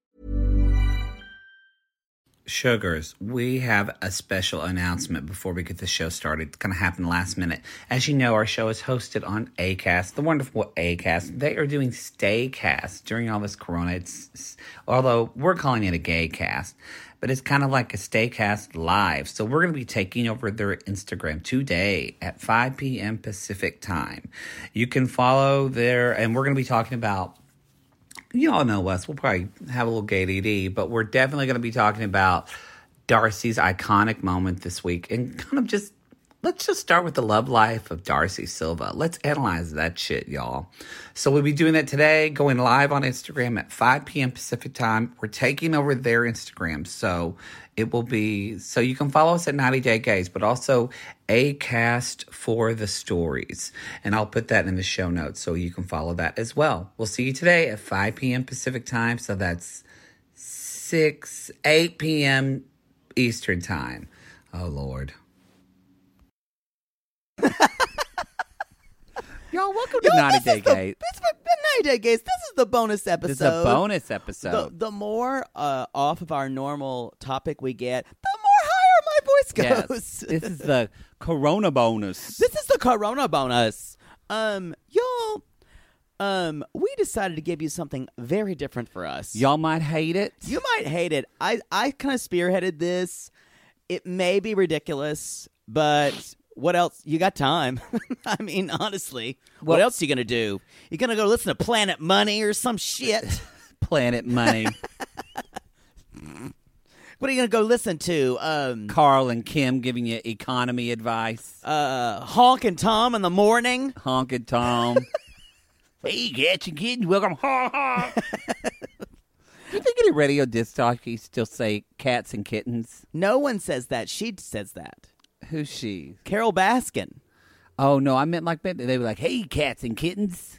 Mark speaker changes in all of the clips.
Speaker 1: Sugars, we have a special announcement before we get the show started. It's going to happen last minute. As you know, our show is hosted on ACAST, the wonderful ACAST. They are doing Staycast during all this corona. It's, it's- although we're calling it a gay cast, but it's kind of like a Staycast live. So we're going to be taking over their Instagram today at 5 p.m. Pacific time. You can follow their, and we're going to be talking about you all know us. We'll probably have a little gay DD, but we're definitely going to be talking about Darcy's iconic moment this week and kind of just let's just start with the love life of Darcy Silva. Let's analyze that shit, y'all. So we'll be doing that today, going live on Instagram at 5 p.m. Pacific time. We're taking over their Instagram. So it will be so you can follow us at 90 Day Gays, but also a cast for the stories. And I'll put that in the show notes so you can follow that as well. We'll see you today at 5 p.m. Pacific time. So that's 6, 8 p.m. Eastern time. Oh, Lord. Y'all, welcome to
Speaker 2: Yo,
Speaker 1: Naughty
Speaker 2: this
Speaker 1: Day
Speaker 2: is the-
Speaker 1: Gate.
Speaker 2: This is the 90 Day Gates. This is the bonus episode.
Speaker 1: This is a bonus
Speaker 2: The,
Speaker 1: episode.
Speaker 2: the more uh, off of our normal topic we get, the more higher my voice goes.
Speaker 3: Yes. this is the Corona bonus.
Speaker 2: This is the Corona bonus. Um, y'all, um, we decided to give you something very different for us.
Speaker 3: Y'all might hate it.
Speaker 2: You might hate it. I I kind of spearheaded this. It may be ridiculous, but what else? You got time. I mean, honestly, what else you gonna do? You gonna go listen to Planet Money or some shit?
Speaker 3: Planet Money,
Speaker 2: what are you gonna go listen to? Um,
Speaker 3: Carl and Kim giving you economy advice.
Speaker 2: uh, Honk and Tom in the morning.
Speaker 3: Honk and Tom. hey, get your kids. Welcome. Ha ha. Do you think any radio disc jockeys still say cats and kittens?
Speaker 2: No one says that. She says that.
Speaker 3: Who's she?
Speaker 2: Carol Baskin,
Speaker 3: Oh no, I meant like maybe they were like, "Hey, cats and kittens."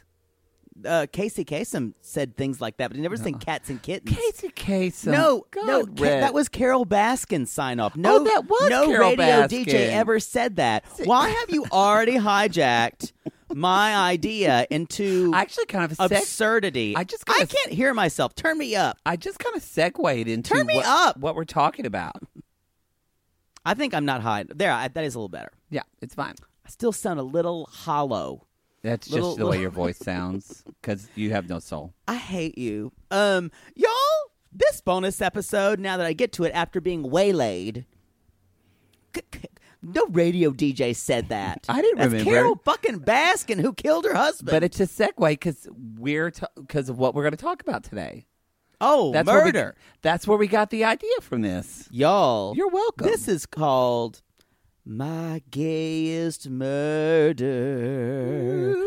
Speaker 2: uh, Casey Kasem said things like that, but he never said cats and kittens.
Speaker 3: Casey Kasem.
Speaker 2: No,
Speaker 3: God,
Speaker 2: no, Ca-
Speaker 3: Red.
Speaker 2: that was Carol Baskin's sign off. No,
Speaker 3: Oh, that was
Speaker 2: no
Speaker 3: Carol
Speaker 2: radio DJ
Speaker 3: Baskin.
Speaker 2: ever said that. Why have you already hijacked my idea into
Speaker 3: I actually kind of sec-
Speaker 2: absurdity?
Speaker 3: I just kinda
Speaker 2: I can't hear myself. Turn me up.
Speaker 3: I just kind of segued into
Speaker 2: Turn me
Speaker 3: what-
Speaker 2: up.
Speaker 3: what we're talking about.
Speaker 2: I think I'm not high. There, I, that is a little better.
Speaker 3: Yeah, it's fine.
Speaker 2: I still sound a little hollow.
Speaker 3: That's
Speaker 2: Little-
Speaker 3: just the way
Speaker 2: little-
Speaker 3: your voice sounds because you have no soul.
Speaker 2: I hate you. Um, y'all, this bonus episode, now that I get to it after being waylaid. c- c- No radio DJ said that.
Speaker 3: I didn't
Speaker 2: That's
Speaker 3: remember.
Speaker 2: Carol fucking Baskin who killed her husband.
Speaker 3: But it's a segue because we're because of what we're going to talk about today.
Speaker 2: oh,
Speaker 3: That's Where
Speaker 2: murder.
Speaker 3: we, that's where we got the idea from this.
Speaker 2: y'all.
Speaker 3: You're welcome.
Speaker 2: This is called My Gayest Murder.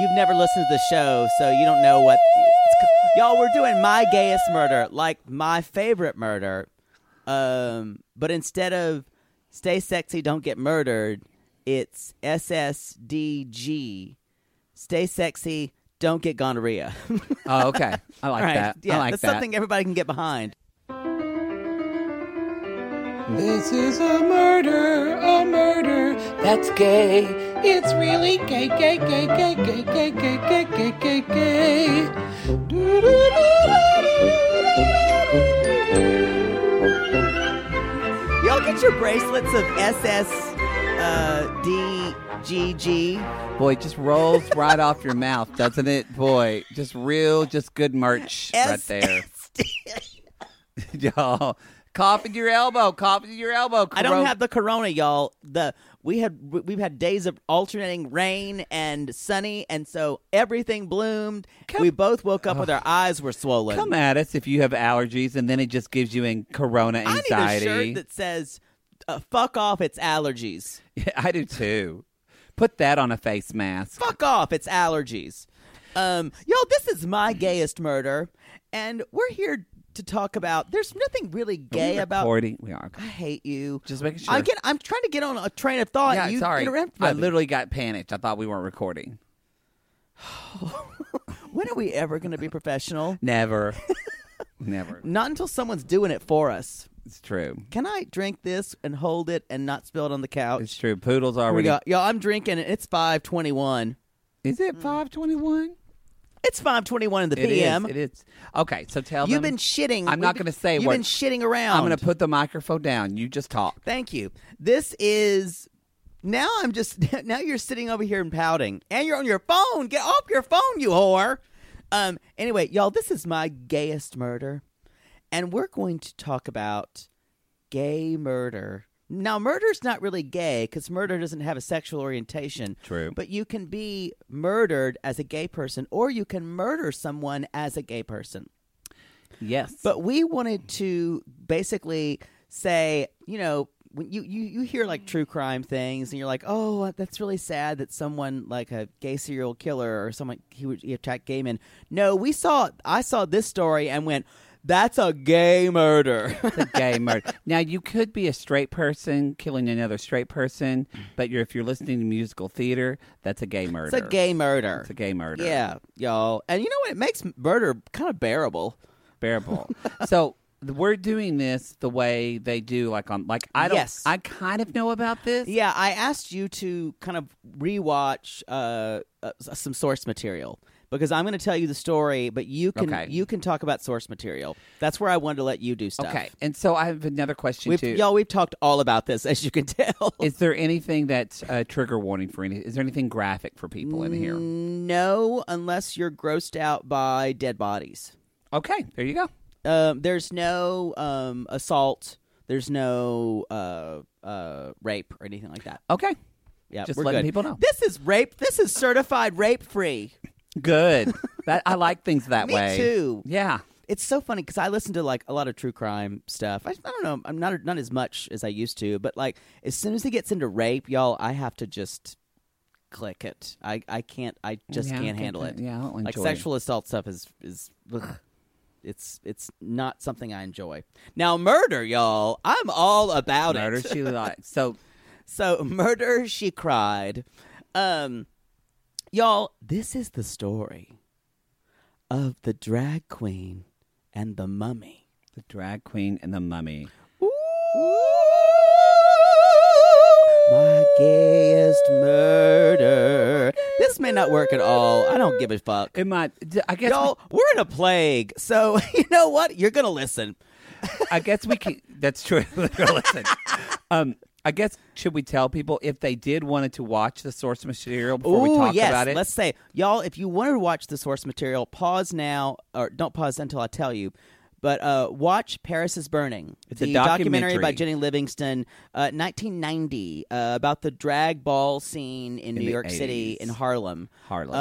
Speaker 2: You've never listened to the show, so you don't know what. It's, ca- y'all, we're doing My Gayest Murder, like my favorite murder. Um, but instead of Stay Sexy, Don't Get Murdered, it's SSDG. Stay Sexy, Don't Get Gonorrhea.
Speaker 3: Oh, okay. I like
Speaker 2: Right.
Speaker 3: that.
Speaker 2: Yeah,
Speaker 3: I like
Speaker 2: that's
Speaker 3: that.
Speaker 2: something everybody can get behind.
Speaker 4: This is a murder, a murder that's gay. It's really gay, gay, gay, gay, gay, gay, gay, gay, gay, gay, gay.
Speaker 2: Y'all get your bracelets of SS uh, DGG.
Speaker 3: Boy, it just rolls right off your mouth, doesn't it? Boy, just real, just good merch right there.
Speaker 2: SS
Speaker 3: Y'all, cough in your elbow. Cough in your elbow.
Speaker 2: I don't
Speaker 3: Corona-
Speaker 2: have the corona, y'all. The we had we- we've had days of alternating rain and sunny, and so everything bloomed.
Speaker 3: Come-
Speaker 2: we both woke up with our eyes were swollen.
Speaker 3: Come at us if you have allergies, and then it just gives you in corona
Speaker 2: I
Speaker 3: anxiety.
Speaker 2: need a shirt that says uh, "Fuck off, it's allergies."
Speaker 3: Yeah, I do too. Put that on a face mask.
Speaker 2: Fuck off, it's allergies. Um, y'all, this is my gayest murder, and we're here to talk about. There's nothing really gay
Speaker 3: We're
Speaker 2: about.
Speaker 3: recording. We are.
Speaker 2: I hate you.
Speaker 3: Just making sure.
Speaker 2: I get. I'm trying to get on a train of thought.
Speaker 3: yeah,
Speaker 2: you
Speaker 3: sorry.
Speaker 2: interrupt
Speaker 3: I
Speaker 2: me.
Speaker 3: literally got panicked. I thought we weren't recording.
Speaker 2: When are we ever going to be professional?
Speaker 3: Never. Never.
Speaker 2: Not until someone's doing it for us.
Speaker 3: It's true.
Speaker 2: Can I drink this and hold it and not spill it on the couch?
Speaker 3: It's true. Poodles
Speaker 2: Here we
Speaker 3: already.
Speaker 2: go. Y'all, I'm drinking it. It's 521.
Speaker 3: Is it 521?
Speaker 2: It's 521 in the
Speaker 3: It
Speaker 2: PM.
Speaker 3: is. It is. Okay, so tell
Speaker 2: You've
Speaker 3: them-
Speaker 2: been shitting.
Speaker 3: I'm
Speaker 2: We've
Speaker 3: not
Speaker 2: been-
Speaker 3: going to say
Speaker 2: You've
Speaker 3: what.
Speaker 2: been shitting around.
Speaker 3: I'm going to put the microphone down. You just talk.
Speaker 2: Thank you. This is. Now I'm just. Now you're sitting over here and pouting. And you're on your phone. Get off your phone, you whore. Um. Anyway, y'all, this is my gayest murder. And we're going to talk about gay murder. Now, murder's not really gay because murder doesn't have a sexual orientation.
Speaker 3: True.
Speaker 2: But you can be murdered as a gay person, or you can murder someone as a gay person.
Speaker 3: Yes.
Speaker 2: But we wanted to basically say, you know, when you, you, you hear like true crime things and you're like, oh, that's really sad that someone like a gay serial killer or someone he would he attacked gay men. No, we saw I saw this story and went, that's a gay murder.
Speaker 3: the gay murder. Now you could be a straight person killing another straight person, but you're if you're listening to musical theater, that's a gay murder.
Speaker 2: it's a gay murder.
Speaker 3: It's a gay murder.
Speaker 2: Yeah, y'all. And you know what? It makes murder kind of bearable.
Speaker 3: bearable. so th- we're doing this the way they do, like on like I don't.
Speaker 2: Yes.
Speaker 3: I kind of know about this.
Speaker 2: Yeah, I asked you to kind of rewatch uh, uh, s- some source material because I'm going to tell you the story, but you can
Speaker 3: Okay.
Speaker 2: you can talk about source material. That's where I wanted to let you do stuff.
Speaker 3: Okay. And so I have another question
Speaker 2: We've,
Speaker 3: too.
Speaker 2: y'all, we've talked all about this, as you can tell.
Speaker 3: Is there anything that's a trigger warning for any? Is there anything graphic for people in
Speaker 2: Mm.
Speaker 3: here?
Speaker 2: no, unless you're grossed out by dead bodies.
Speaker 3: Okay, there you go.
Speaker 2: Um, there's no um, assault. There's no uh, uh, rape or anything like that.
Speaker 3: Okay,
Speaker 2: Yeah,
Speaker 3: Just
Speaker 2: we're
Speaker 3: letting
Speaker 2: good.
Speaker 3: people know.
Speaker 2: This is rape. This is certified rape free.
Speaker 3: good. that I like things that
Speaker 2: Me
Speaker 3: way
Speaker 2: too.
Speaker 3: Yeah.
Speaker 2: It's so funny because I listen to like a lot of true crime stuff. I, I don't know. I'm not not as much as I used to, but like as soon as he gets into rape, y'all, I have to just click it. I, I can't. I just
Speaker 3: Yeah, I
Speaker 2: can't
Speaker 3: get
Speaker 2: handle
Speaker 3: that.
Speaker 2: it.
Speaker 3: Yeah, I don't
Speaker 2: like
Speaker 3: enjoy it.
Speaker 2: sexual assault stuff is is. ugh. It's it's not something I enjoy. Now murder, y'all. I'm all about it.
Speaker 3: Murder she likes. So
Speaker 2: So, murder, she cried. Um, y'all, this is the story of the drag queen and the mummy.
Speaker 3: the drag queen and the mummy.
Speaker 2: My gayest murder. This may not work at all. I don't give a fuck.
Speaker 3: It might. d- I guess.
Speaker 2: Y'all, we're in a plague. So, you know what? You're going to listen.
Speaker 3: we- I guess we can. That's true. Listen. Um. I guess should we tell people if they did wanted to watch the source material before we
Speaker 2: Ooh,
Speaker 3: talk
Speaker 2: yes.
Speaker 3: about it?
Speaker 2: Let's say, y'all, if you wanted to watch the source material, pause now, or don't pause until I tell you. But uh, watch Paris is Burning.
Speaker 3: It's a
Speaker 2: the by
Speaker 3: documentary.
Speaker 2: Jenny Livingston, uh, 1990, uh, about the drag ball scene in, New
Speaker 3: the
Speaker 2: York City,
Speaker 3: 80s.
Speaker 2: in Harlem.
Speaker 3: Harlem.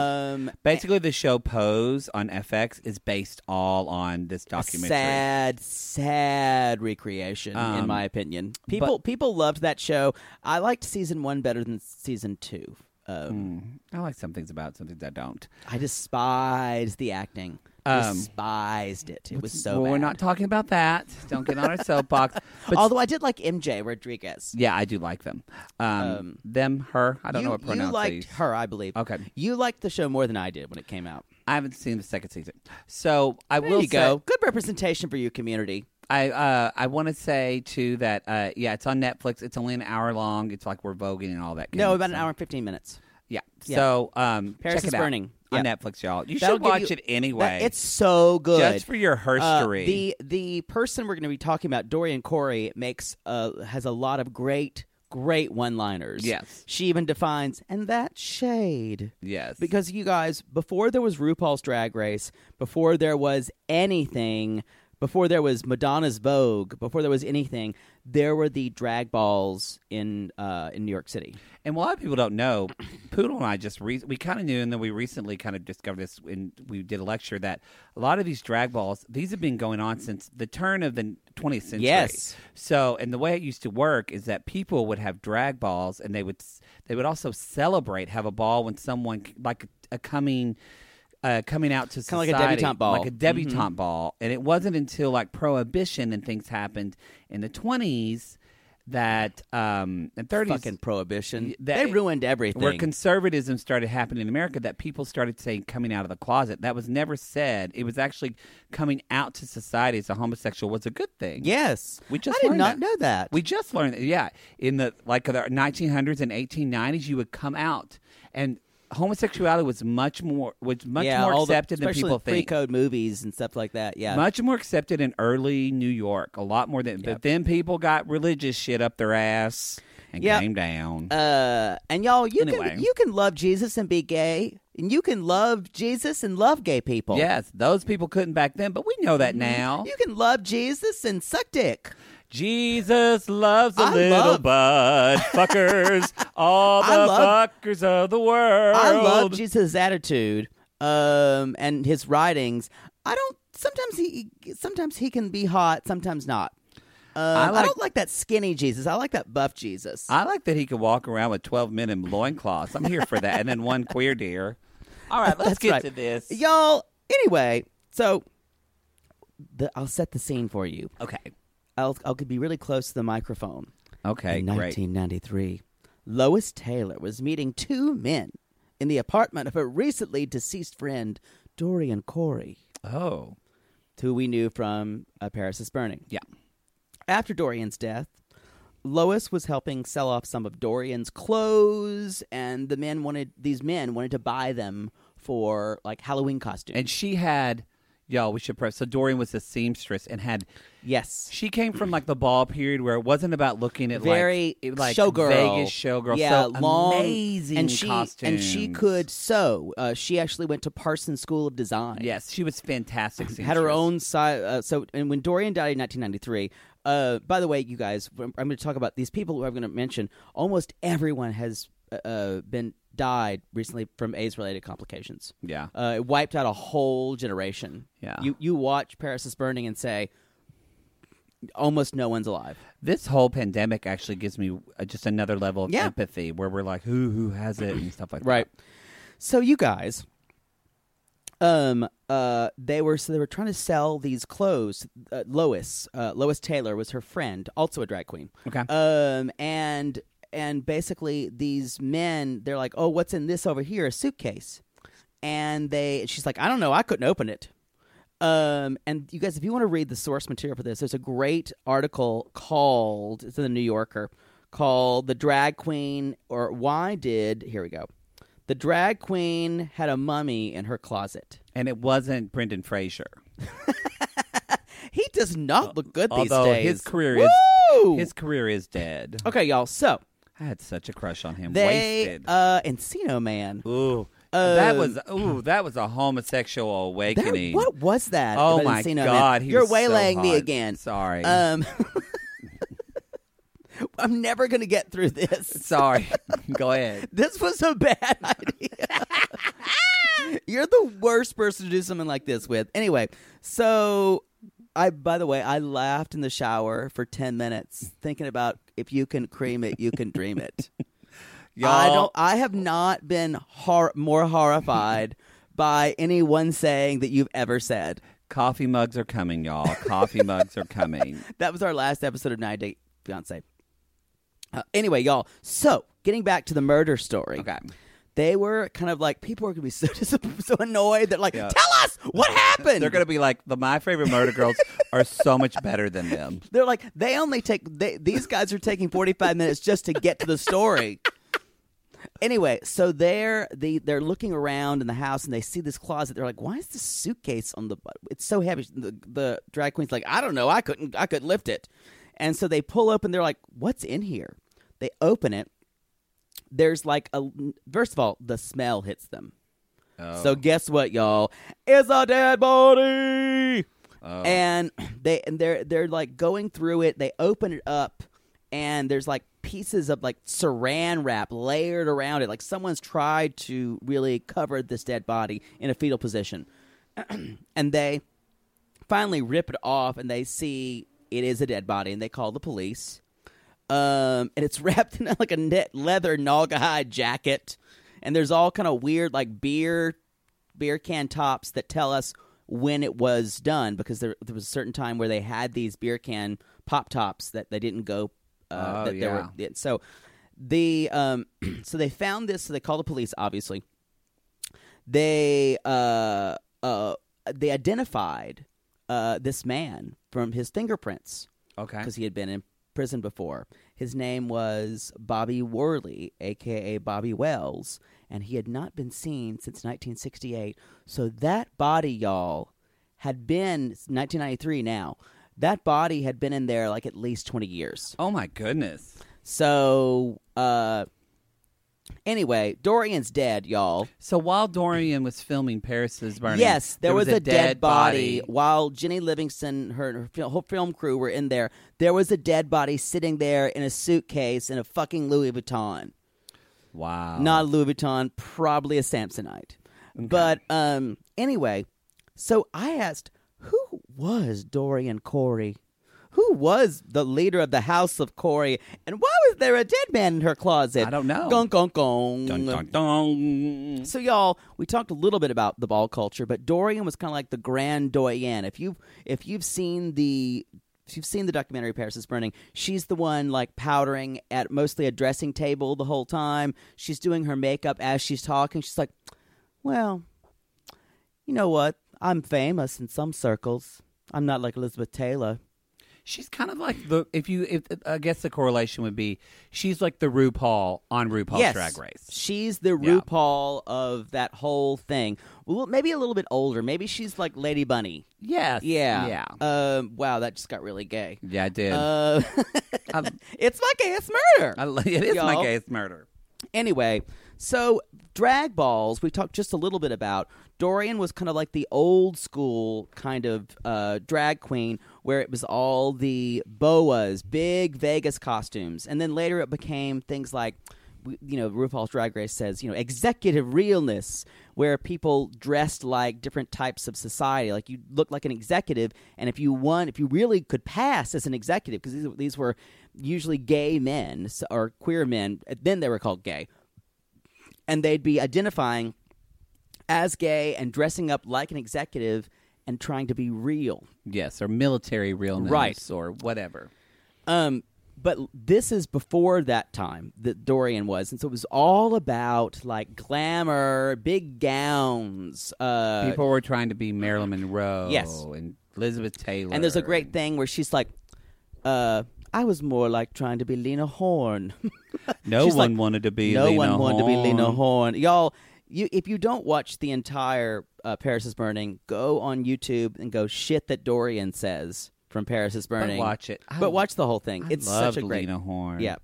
Speaker 2: Um,
Speaker 3: Basically, the show Pose on FX is based all on this documentary.
Speaker 2: Sad, sad recreation, in
Speaker 3: Um,
Speaker 2: my opinion. People people loved that show. I liked season one better than season two. Um,
Speaker 3: I like some things about, some things I don't.
Speaker 2: I despised the acting.
Speaker 3: Um,
Speaker 2: despised it. It was so
Speaker 3: well,
Speaker 2: bad.
Speaker 3: we're not talking about that. Don't get on our soapbox. But
Speaker 2: Although I did like MJ Rodriguez.
Speaker 3: yeah, I do like them. Um, them, her. I don't
Speaker 2: you,
Speaker 3: know what
Speaker 2: you
Speaker 3: pronouns they
Speaker 2: liked
Speaker 3: use.
Speaker 2: her, I believe.
Speaker 3: Okay.
Speaker 2: You liked the show more than I did when it came out.
Speaker 3: I haven't seen the second season, so I
Speaker 2: There
Speaker 3: will
Speaker 2: you
Speaker 3: say-
Speaker 2: go. Good representation for your community.
Speaker 3: I uh, I want to say too that uh, yeah, it's on Netflix. It's only an hour long. It's like we're voguing and all that. kind
Speaker 2: No,
Speaker 3: of
Speaker 2: about an
Speaker 3: stuff.
Speaker 2: hour and fifteen minutes.
Speaker 3: Yeah.
Speaker 2: Yeah.
Speaker 3: So um,
Speaker 2: Paris
Speaker 3: check
Speaker 2: is
Speaker 3: it out
Speaker 2: Burning.
Speaker 3: on
Speaker 2: Yeah.
Speaker 3: Netflix, y'all. You
Speaker 2: That'll
Speaker 3: should
Speaker 2: give
Speaker 3: watch
Speaker 2: you-
Speaker 3: it anyway.
Speaker 2: That- it's so good.
Speaker 3: Just for your
Speaker 2: Uh,
Speaker 3: herstory.
Speaker 2: the the person we're going to be talking about, Dorian Corey, makes uh, has a lot of great great one liners.
Speaker 3: Yes.
Speaker 2: she even defines and that shade.
Speaker 3: yes
Speaker 2: Because you guys, before there was RuPaul's Drag Race, before there was anything, before there was Madonna's Vogue, before there was anything, there were the drag balls in uh, in New York City.
Speaker 3: And a lot of people don't know, Poodle and I just re- we kind of knew, and then we recently kind of discovered this when we did a lecture that a lot of these drag balls these have been going on since the turn of the 20th century.
Speaker 2: Yes.
Speaker 3: So, and the way it used to work is that people would have drag balls, and they would s- they would also celebrate, have a ball when someone like a, a coming. Uh, coming out to
Speaker 2: Kinda
Speaker 3: society,
Speaker 2: like a debutante ball. Mm-hmm.
Speaker 3: like a debutante ball, and it wasn't until like prohibition and things happened in the twenties that um and thirties
Speaker 2: Fucking prohibition.
Speaker 3: Y- that-
Speaker 2: they ruined everything.
Speaker 3: where conservatism started happening in America, that people started saying coming out of the closet. That was never said. It was actually coming out to society as a homosexual was a good thing.
Speaker 2: yes,
Speaker 3: We just
Speaker 2: I did
Speaker 3: learned that.
Speaker 2: not know that.
Speaker 3: We just learned that. Yeah. In the like the 1900s and 1890s, you would come out and homosexuality was much more was much
Speaker 2: yeah,
Speaker 3: more
Speaker 2: all the-
Speaker 3: accepted than
Speaker 2: especially
Speaker 3: people
Speaker 2: free
Speaker 3: think.
Speaker 2: code movies and stuff like that. Yeah,
Speaker 3: Much more accepted in early New York, a lot more than. But then people got religious shit up their ass and
Speaker 2: Yep.
Speaker 3: came down.
Speaker 2: Uh, and y'all, you
Speaker 3: Anyway.
Speaker 2: can you can love Jesus and be gay, and you can love Jesus and love gay people. Mm-hmm.
Speaker 3: Yes, those people couldn't back then, but we know that now.
Speaker 2: you can love Jesus and suck dick.
Speaker 3: Jesus loves the
Speaker 2: I
Speaker 3: little
Speaker 2: love-
Speaker 3: bud fuckers, all
Speaker 2: I
Speaker 3: the
Speaker 2: love-
Speaker 3: fuckers of the world.
Speaker 2: I love Jesus' attitude, um, and his writings. I don't. Sometimes he sometimes he can be hot, sometimes not. Um, I,
Speaker 3: like-
Speaker 2: don't like that skinny Jesus. I like that buff Jesus.
Speaker 3: I like that he could walk around with twelve men in loincloths. I'm here for that, and then one queer deer. All right, let's
Speaker 2: That's
Speaker 3: get
Speaker 2: right.
Speaker 3: to this.
Speaker 2: y'all. Anyway, so the, I'll set the scene for you.
Speaker 3: Okay,
Speaker 2: I'll I'll be really close to the microphone.
Speaker 3: okay,
Speaker 2: in
Speaker 3: great.
Speaker 2: 1993, Lois Taylor was meeting two men in the apartment of her recently deceased friend, Dorian Corey,
Speaker 3: Oh,
Speaker 2: who we knew from uh, Paris is Burning.
Speaker 3: yeah.
Speaker 2: After Dorian's death, Lois was helping sell off some of Dorian's clothes, and the men wanted these men wanted to buy them for like Halloween costumes.
Speaker 3: And she had, y'all. We should press. So Dorian was a seamstress and had
Speaker 2: yes,
Speaker 3: She came from like the ball period where it wasn't about looking at
Speaker 2: very
Speaker 3: like, it- eh, like
Speaker 2: showgirl,
Speaker 3: Vegas showgirl.
Speaker 2: Yeah,
Speaker 3: so
Speaker 2: long
Speaker 3: amazing
Speaker 2: and she
Speaker 3: costumes.
Speaker 2: and she could sew. Uh, she actually went to Parsons School of Design.
Speaker 3: Yes, she was fantastic.
Speaker 2: had her
Speaker 3: seamstress.
Speaker 2: own side. Uh, so, and when Dorian died in 1993, uh, by the way, you guys, I'm going to talk about these people who I'm going to mention. Almost everyone has uh, uh, been died recently from AIDS-related complications.
Speaker 3: Yeah.
Speaker 2: uh, it wiped out a whole generation.
Speaker 3: Yeah.
Speaker 2: you you watch Paris is Burning and say, almost no one's alive.
Speaker 3: This whole pandemic actually gives me uh, just another level of
Speaker 2: Yeah.
Speaker 3: empathy where we're like, who who has it and stuff like
Speaker 2: Right. So you guys, um, uh, they were so they were trying to sell these clothes. Uh, Lois, uh, Lois Taylor was her friend, also a drag queen.
Speaker 3: Okay.
Speaker 2: Um, and and basically these men, they're like, oh, what's in this over here? A suitcase. And they, she's like, I don't know, I couldn't open it. Um, and you guys, if you want to read the source material for this, there's a great article called it's in the New Yorker called "The Drag Queen" or "Why Did." Here we go. The drag queen had a mummy in her closet.
Speaker 3: that. And it wasn't Brendan Fraser.
Speaker 2: He does not look good these
Speaker 3: Although
Speaker 2: days.
Speaker 3: his career
Speaker 2: Woo!
Speaker 3: is his career is dead.
Speaker 2: okay, y'all. So
Speaker 3: I had such a crush on him.
Speaker 2: they,
Speaker 3: Wasted.
Speaker 2: uh, Encino Man.
Speaker 3: ooh. that was ooh, that was a homosexual
Speaker 2: That-
Speaker 3: awakening.
Speaker 2: what was that?
Speaker 3: Oh
Speaker 2: about
Speaker 3: my
Speaker 2: Encino Man?
Speaker 3: God, he
Speaker 2: You're
Speaker 3: was so
Speaker 2: waylaying me
Speaker 3: hot.
Speaker 2: again.
Speaker 3: Sorry.
Speaker 2: Um, I'm never gonna get through this.
Speaker 3: Sorry. Go ahead.
Speaker 2: This was a bad idea. You're the worst person to do something like this with. Anyway, so I by the way, I laughed in the shower for 10 minutes thinking about if you can cream it, you can dream it.
Speaker 3: Y'all,
Speaker 2: I don't I have not been hor- more horrified by any one saying that you've ever said.
Speaker 3: coffee mugs are coming, y'all. Coffee mugs are coming.
Speaker 2: That was our last episode of 9 Day Fiance. Uh, anyway, y'all. So, getting back to the murder story.
Speaker 3: Okay.
Speaker 2: They were kind of like people are gonna be so disap- so annoyed. They're like,
Speaker 3: Yeah.
Speaker 2: "Tell us what happened."
Speaker 3: They're gonna be like the my favorite murder girls are so much better than them.
Speaker 2: They're like, they only take they, these guys are taking forty five minutes just to get to the story. Anyway, so they're the they're looking around in the house and they see this closet. They're like, "Why is this suitcase on the? bu- It's so heavy." The, the drag queen's like, "I don't know. I couldn't. I couldn't lift it." And so they pull open. They're like, "What's in here?" They open it. There's like a first of all, the smell hits them. So guess what, y'all? It's a dead body. And They and they're they're like going through it. They open it up, and there's like pieces of like saran wrap layered around it. Like someone's tried to really cover this dead body in a fetal position, and they finally rip it off, and they see it is a dead body, and they call the police. Um, and it's wrapped in like a net leather naga hide jacket, and there's all kind of weird like beer beer can tops that tell us when it was done because there, there was a certain time where they had these beer can pop tops that they didn't go uh,
Speaker 3: Oh,
Speaker 2: that they were yeah, so the um so they found this so they called the police obviously they uh uh they identified uh this man from his fingerprints
Speaker 3: Okay.
Speaker 2: because he had been in prison before. His name was Bobby Worley, aka Bobby Wells, and he had not been seen since 1968. So that body, y'all, had been it's 1993 now. That body had been in there like at least 20 years.
Speaker 3: Oh my goodness.
Speaker 2: So, uh, anyway, Dorian's dead, y'all.
Speaker 3: So while Dorian was filming Paris is Burning,
Speaker 2: Yes, there, was, a, dead, body. While Jenny Livingston, her, her fil- whole film crew were in there, there was a dead body sitting there in a suitcase in a fucking Louis Vuitton.
Speaker 3: Wow.
Speaker 2: Not a Louis Vuitton, probably a Samsonite. But um, anyway, so I asked, who was Dorian Corey? Who was the leader of the House of Corey? And why was there a dead man in her closet?
Speaker 3: I don't know.
Speaker 2: Gong, gong, gong.
Speaker 3: Dun, dun, dun.
Speaker 2: So y'all, we talked a little bit about the ball culture, but Dorian was kind of like the grand doyenne. If you if you've seen the if you've seen the documentary Paris is Burning, she's the one like powdering at mostly a dressing table the whole time. She's doing her makeup as she's talking. She's like, "Well, you know what? I'm famous in some circles. I'm not like Elizabeth Taylor."
Speaker 3: She's kind of like the if you if I guess the correlation would be she's like the RuPaul on RuPaul's
Speaker 2: yes,
Speaker 3: Drag Race.
Speaker 2: She's the
Speaker 3: Yeah.
Speaker 2: RuPaul of that whole thing. Well, maybe a little bit older. Maybe she's like Lady Bunny.
Speaker 3: Yes.
Speaker 2: Yeah.
Speaker 3: Yeah.
Speaker 2: Um, wow, that just got really gay.
Speaker 3: yeah, I did.
Speaker 2: Uh, it's my gayest murder.
Speaker 3: I, li- it is
Speaker 2: y'all.
Speaker 3: my gayest murder.
Speaker 2: Anyway, so drag balls, we talked just a little bit about. Dorian was kind of like the old school kind of uh, drag queen where it was all the boas, big Vegas costumes. And then later it became things like, w- you know, RuPaul's Drag Race says, you know, executive realness, where people dressed like different types of society. Like you look like an executive, and if you won, if you really could pass as an executive, because these, these were usually gay men so- or queer men, then they were called gay and they'd be identifying as gay and dressing up like an executive and trying to be real.
Speaker 3: Yes, or military realness,
Speaker 2: Right.
Speaker 3: Or whatever.
Speaker 2: Um, but this is before that time that Dorian was, and so it was all about like glamour, big gowns. Uh,
Speaker 3: People were trying to be Marilyn Monroe.
Speaker 2: Yes.
Speaker 3: and Elizabeth Taylor.
Speaker 2: and there's a great thing where she's like, uh, "I was more like trying to be Lena Horne."
Speaker 3: No
Speaker 2: She's
Speaker 3: one
Speaker 2: like,
Speaker 3: wanted to be.
Speaker 2: no
Speaker 3: Lena
Speaker 2: one wanted to be Lena
Speaker 3: Horne.
Speaker 2: Horne. Y'all, you if you don't watch the entire uh, Paris is Burning, go on YouTube and go shit that Dorian says from Paris is Burning.
Speaker 3: watch it. I-
Speaker 2: but watch the whole thing.
Speaker 3: I
Speaker 2: it's
Speaker 3: loved
Speaker 2: such a great.
Speaker 3: Lena Horne.
Speaker 2: Yeah.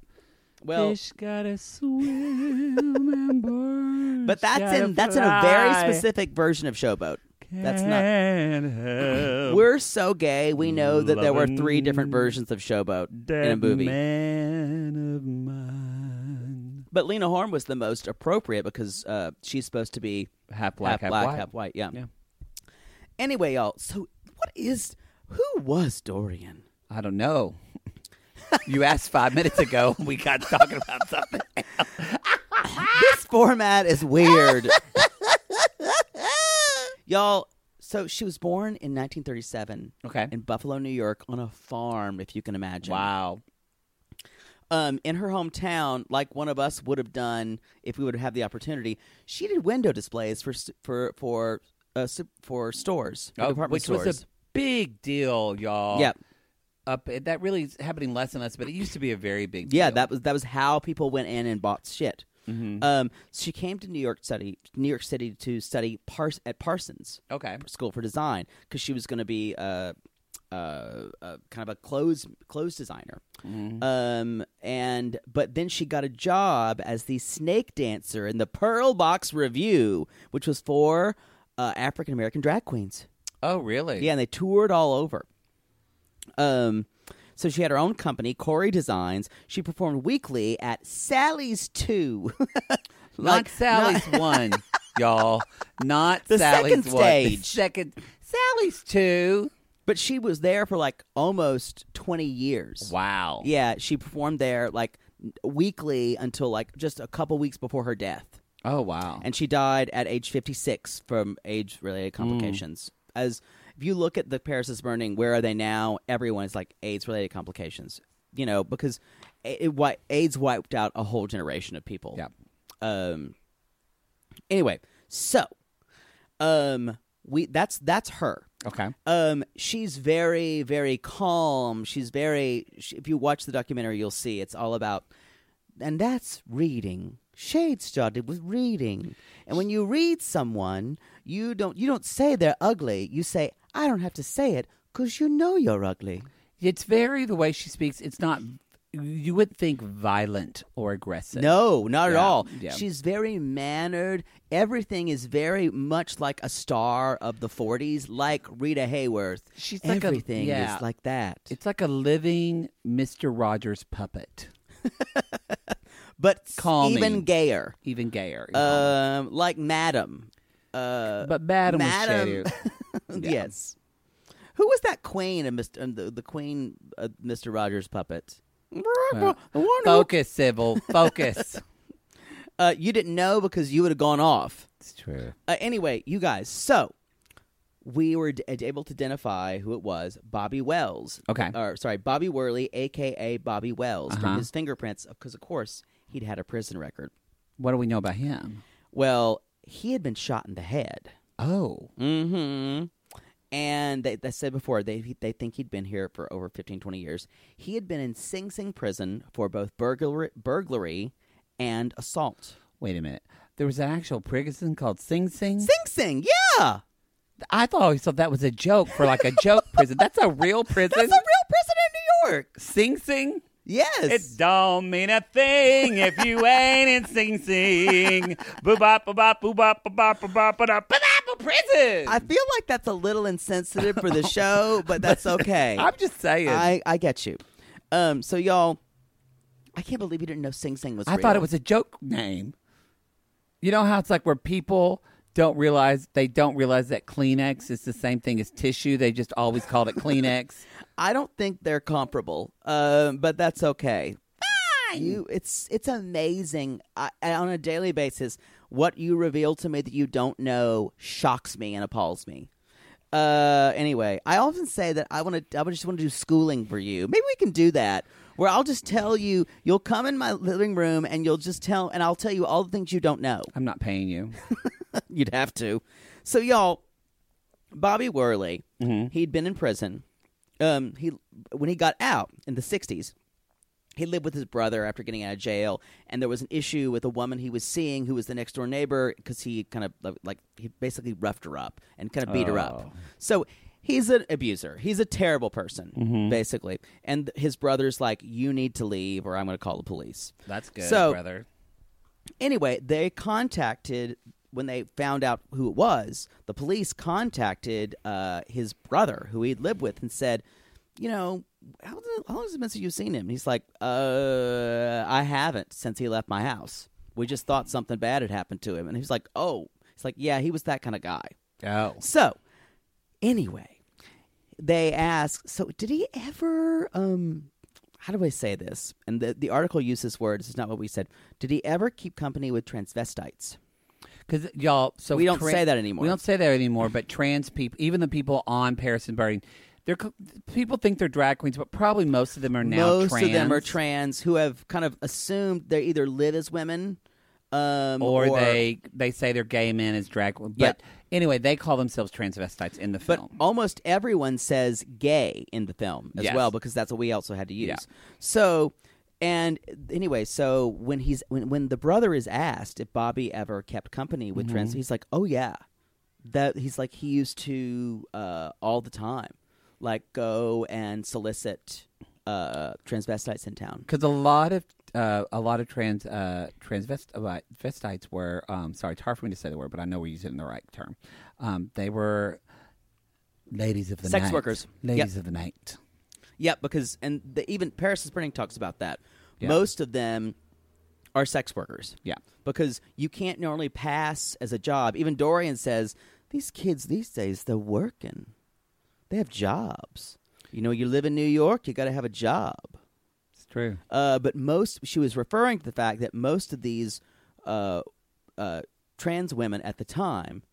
Speaker 2: Well,
Speaker 3: Fish gotta swim and birds
Speaker 2: but that's
Speaker 3: gotta
Speaker 2: in that's in a very
Speaker 3: fly.
Speaker 2: specific version of Showboat. That's not.
Speaker 3: Can't help
Speaker 2: We're so gay. We know that there were three different versions of Showboat in a
Speaker 3: that
Speaker 2: movie.
Speaker 3: Man of mine.
Speaker 2: But Lena Horne was the most appropriate because uh, she's supposed to be
Speaker 3: Half black, half white.
Speaker 2: yeah.
Speaker 3: Yeah.
Speaker 2: Anyway, y'all. So, what is who was Dorian?
Speaker 3: I don't know. you asked five minutes ago. We got talking about something.
Speaker 2: this format is weird, y'all. So she was born in 1937
Speaker 3: Okay.
Speaker 2: in Buffalo, New York, on a farm, if you can imagine.
Speaker 3: Wow.
Speaker 2: Um, in her hometown, like one of us would have done if we would have had the opportunity, she did window displays for s- for for uh, su- for stores, for
Speaker 3: Oh,
Speaker 2: department
Speaker 3: which
Speaker 2: stores.
Speaker 3: was a big deal, y'all.
Speaker 2: Yep.
Speaker 3: Up that really is happening less and less, but it used to be a very big deal. Mm-hmm.
Speaker 2: Yeah, that was that was how people went in and bought shit. Um, she came to New York study New York City to study Pars- at Parsons
Speaker 3: Okay.
Speaker 2: School for Design because she was going to be uh, uh, uh, kind of a clothes clothes designer. Um, and but then she got a job as the snake dancer in the Pearl Box Review, which was for uh, African American drag queens.
Speaker 3: Oh, really?
Speaker 2: Yeah, and they toured all over. Um, so she had her own company, Corey Designs. She performed weekly at Sally's Two.
Speaker 3: not Sally's one, y'all. Not
Speaker 2: The
Speaker 3: Sally's
Speaker 2: second
Speaker 3: one. The
Speaker 2: stage.
Speaker 3: second Sally's two.
Speaker 2: But she was there for like almost 20 years.
Speaker 3: Wow.
Speaker 2: Yeah, she performed there like weekly until like just a couple weeks before her death.
Speaker 3: Oh wow.
Speaker 2: And she died at age 56 from age related complications. As if you look at the Paris is Burning, where are they now? Everyone is like AIDS related complications, you know, because it, it, wi- AIDS wiped out a whole generation of people.
Speaker 3: Yep.
Speaker 2: Um, anyway, so um, we that's that's her.
Speaker 3: okay.
Speaker 2: Um, she's very, very calm. She's very. sh if you watch the documentary, you'll see it's all about, and that's reading. Shade started with reading, and when you read someone, you don't you don't say they're ugly. You say I don't have to say it because you know you're ugly.
Speaker 3: It's very the way she speaks. It's not. You would think violent or aggressive.
Speaker 2: No, not at
Speaker 3: Yeah,
Speaker 2: all.
Speaker 3: yeah.
Speaker 2: She's very mannered. Everything is very much like a star of the '40s, like Rita Hayworth.
Speaker 3: She's like a-
Speaker 2: everything
Speaker 3: yeah.
Speaker 2: is like that.
Speaker 3: It's like a living Mister Rogers puppet,
Speaker 2: but
Speaker 3: calming.
Speaker 2: even gayer.
Speaker 3: even gayer.
Speaker 2: Um, like Madam. Uh,
Speaker 3: but Madam, was
Speaker 2: Madam-
Speaker 3: shadier.
Speaker 2: yes. Who was that queen and Mr. And the, the queen, uh, Mr. Rogers puppet? Uh, I wonder who-
Speaker 3: Focus, Sybil. Focus.
Speaker 2: Uh, you didn't know because you would have gone off.
Speaker 3: it's true.
Speaker 2: Uh, anyway, you guys. So we were d- able to identify who it was: Bobby Wells.
Speaker 3: Okay.
Speaker 2: Or sorry, Bobby Worley, aka Bobby Wells,
Speaker 3: Uh-huh.
Speaker 2: from his fingerprints, because of course he'd had a prison record.
Speaker 3: What do we know about him?
Speaker 2: Well, he had been shot in the head.
Speaker 3: Oh,
Speaker 2: Mm-hmm. And they, they said before, they, they think he'd been here for over 15, 20 years. He had been in Sing Sing prison for both burglary, burglary and assault.
Speaker 3: wait a minute. There was an actual prison called Sing Sing.
Speaker 2: Sing Sing, yeah!
Speaker 3: I thought I always thought that was a joke for like a joke prison. That's a real prison.
Speaker 2: That's a real prison in New York!
Speaker 3: Sing Sing.
Speaker 2: Yes!
Speaker 3: It don't mean a thing if you ain't in Sing Sing. Boop bop boop bop boop bop boop bop boop bop boop bop bop, prison.
Speaker 2: I feel like that's a little insensitive for the show, but that's okay.
Speaker 3: I'm just saying.
Speaker 2: I, I get you. Um, so, y'all, I can't believe you didn't know Sing Sing was
Speaker 3: I thought
Speaker 2: real.
Speaker 3: it was a joke name. You know how it's like where people don't realize they don't realize that Kleenex is the same thing as tissue. They just always called it Kleenex.
Speaker 2: I don't think they're comparable, um, but that's okay. You, it's it's amazing I, I- on a daily basis what you reveal to me that you don't know shocks me and appalls me. Uh, anyway, I often say that I want to. I would just want to do schooling for you. Maybe we can do that. Where I'll just tell you, you'll come in my living room and you'll just tell, and I'll tell you all the things you don't know.
Speaker 3: I'm not paying you.
Speaker 2: You'd have to. So y'all, Bobby Worley, he'd been in prison. Um, he when he got out in the '60s, he lived with his brother after getting out of jail, and there was an issue with a woman he was seeing who was the next door neighbor because he kind of like- like he basically roughed her up and kind of beat her up. So he's an abuser. He's a terrible person, basically. And his brother's like, "You need to leave, or I'm going to call the police."
Speaker 3: That's good,
Speaker 2: So-
Speaker 3: brother.
Speaker 2: anyway, they contacted when they found out who it was. The police contacted uh, his brother, who he'd lived with, and said, "You know, how, how long has it been since you've seen him?" And he's like, "Uh, I haven't since he left my house. We just thought something bad had happened to him." And he's like, "Oh." It's like, yeah, he was that kind of guy.
Speaker 3: Oh.
Speaker 2: So, anyway, they ask. So, did he ever? Um, how do I say this? And the the article used this word. This is not what we said. Did he ever keep company with transvestites?
Speaker 3: Because y'all, so
Speaker 2: We don't say that anymore.
Speaker 3: We don't say that anymore. But trans people, even the people on Paris and Burning, they're co- people think they're drag queens, but probably most of them are now
Speaker 2: Most
Speaker 3: trans.
Speaker 2: of them are trans who have kind of assumed they either live as women, um,
Speaker 3: or, they they say they're gay men as drag. But
Speaker 2: Yeah.
Speaker 3: anyway, they call themselves transvestites in the
Speaker 2: But
Speaker 3: film.
Speaker 2: almost everyone says gay in the film as
Speaker 3: Yes.
Speaker 2: well because that's what we also had to use.
Speaker 3: Yeah.
Speaker 2: So and anyway, so when he's when when the brother is asked if Bobby ever kept company with trans,
Speaker 3: Mm-hmm.
Speaker 2: he's like, "Oh yeah." That he's like he used to uh all the time like go and solicit uh transvestites in town.
Speaker 3: Because a lot of uh, a lot of trans uh, transvestites were um, sorry, it's hard for me to say the word, but I know we're using the right term. Um, they were ladies of the
Speaker 2: Sex
Speaker 3: night.
Speaker 2: workers.
Speaker 3: ladies of the night.
Speaker 2: Yep, because and the, even Paris is Burning talks about that.
Speaker 3: Yeah.
Speaker 2: Most of them are sex workers.
Speaker 3: Yeah.
Speaker 2: because you can't normally pass as a job. Even Dorian says these kids these days they're working, they have jobs. You know, you live in New York, you got to have a job.
Speaker 3: It's true.
Speaker 2: Uh, but most, she was referring to the fact that most of these uh, uh, trans women at the time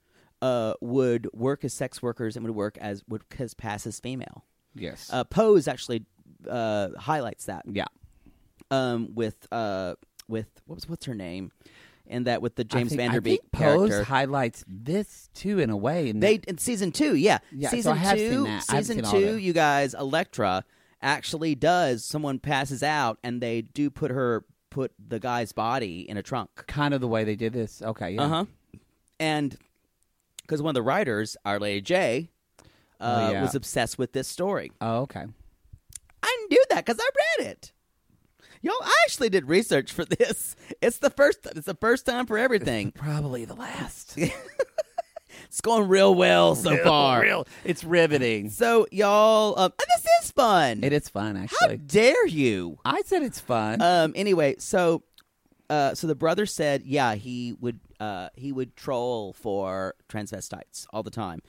Speaker 2: uh, would work as sex workers and would work as would as pass as female.
Speaker 3: Yes.
Speaker 2: Uh, Pose actually uh, highlights that
Speaker 3: yeah.
Speaker 2: um, with uh, with what was what's her name, and that with the James
Speaker 3: I think, I
Speaker 2: Vanderbeek
Speaker 3: think Pose
Speaker 2: character.
Speaker 3: highlights this too in a way. in
Speaker 2: They
Speaker 3: that-
Speaker 2: in season two, yeah,
Speaker 3: Yeah, so
Speaker 2: season
Speaker 3: I have
Speaker 2: two,
Speaker 3: seen that. I haven't
Speaker 2: season
Speaker 3: seen all
Speaker 2: two.
Speaker 3: that.
Speaker 2: You guys, Electra actually does. Someone passes out, and they do put her put the guy's body in a trunk.
Speaker 3: kind of the way they did this. Okay. Yeah.
Speaker 2: Uh huh. And because one of the writers, Our Lady J, uh,
Speaker 3: Oh, yeah.
Speaker 2: was obsessed with this story.
Speaker 3: Oh, okay.
Speaker 2: I knew that because I read it. Yo, I actually did research for this. It's the first. It's the first time for everything.
Speaker 3: Probably the last.
Speaker 2: It's going real well so far.
Speaker 3: Real. It's riveting.
Speaker 2: So y'all, um, and this is fun.
Speaker 3: It is fun,
Speaker 2: How
Speaker 3: actually.
Speaker 2: dare you?
Speaker 3: I said it's fun.
Speaker 2: Um. Anyway, so, uh, so the brother said, yeah, he would, uh, he would troll for transvestites all the time,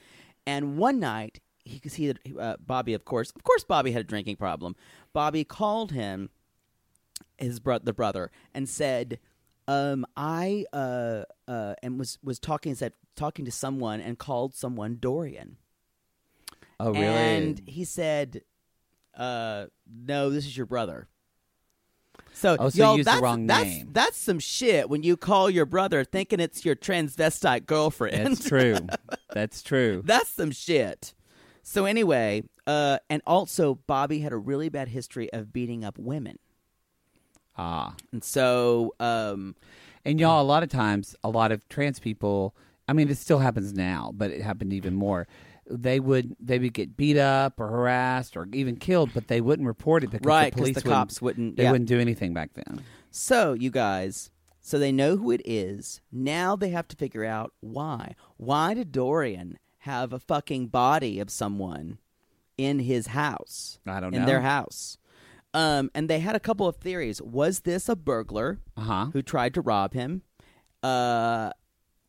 Speaker 2: and one night he could see that uh, Bobby, of course, of course, Bobby had a drinking problem. Bobby called him, his bro- the brother, and said, um, I uh, uh, and was was talking said talking to someone and called someone Dorian.
Speaker 3: oh, really?
Speaker 2: And he said, uh, "No, this is your brother." So,
Speaker 3: Oh, so
Speaker 2: y'all,
Speaker 3: you used the
Speaker 2: that's,
Speaker 3: wrong
Speaker 2: that's,
Speaker 3: name.
Speaker 2: That's some shit when you call your brother thinking it's your transvestite girlfriend.
Speaker 3: That's true. That's true.
Speaker 2: That's some shit. So anyway, uh, and also Bobby had a really bad history of beating up women,
Speaker 3: Ah.
Speaker 2: and so um,
Speaker 3: And y'all, a lot of times, a lot of trans people, I mean, it still happens now, but it happened even more. They would they would get beat up or harassed or even killed, but they wouldn't report it because
Speaker 2: Right, 'cause
Speaker 3: the police
Speaker 2: the
Speaker 3: wouldn't-
Speaker 2: cops wouldn't-
Speaker 3: they
Speaker 2: yeah.
Speaker 3: wouldn't do anything back then.
Speaker 2: So, you guys, so they know who it is. Now they have to figure out why. Why did Dorian have a fucking body of someone in his house?
Speaker 3: I don't
Speaker 2: In their
Speaker 3: know.
Speaker 2: house. Um, and they had a couple of theories. Was this a burglar
Speaker 3: Uh-huh.
Speaker 2: who tried to rob him? Uh,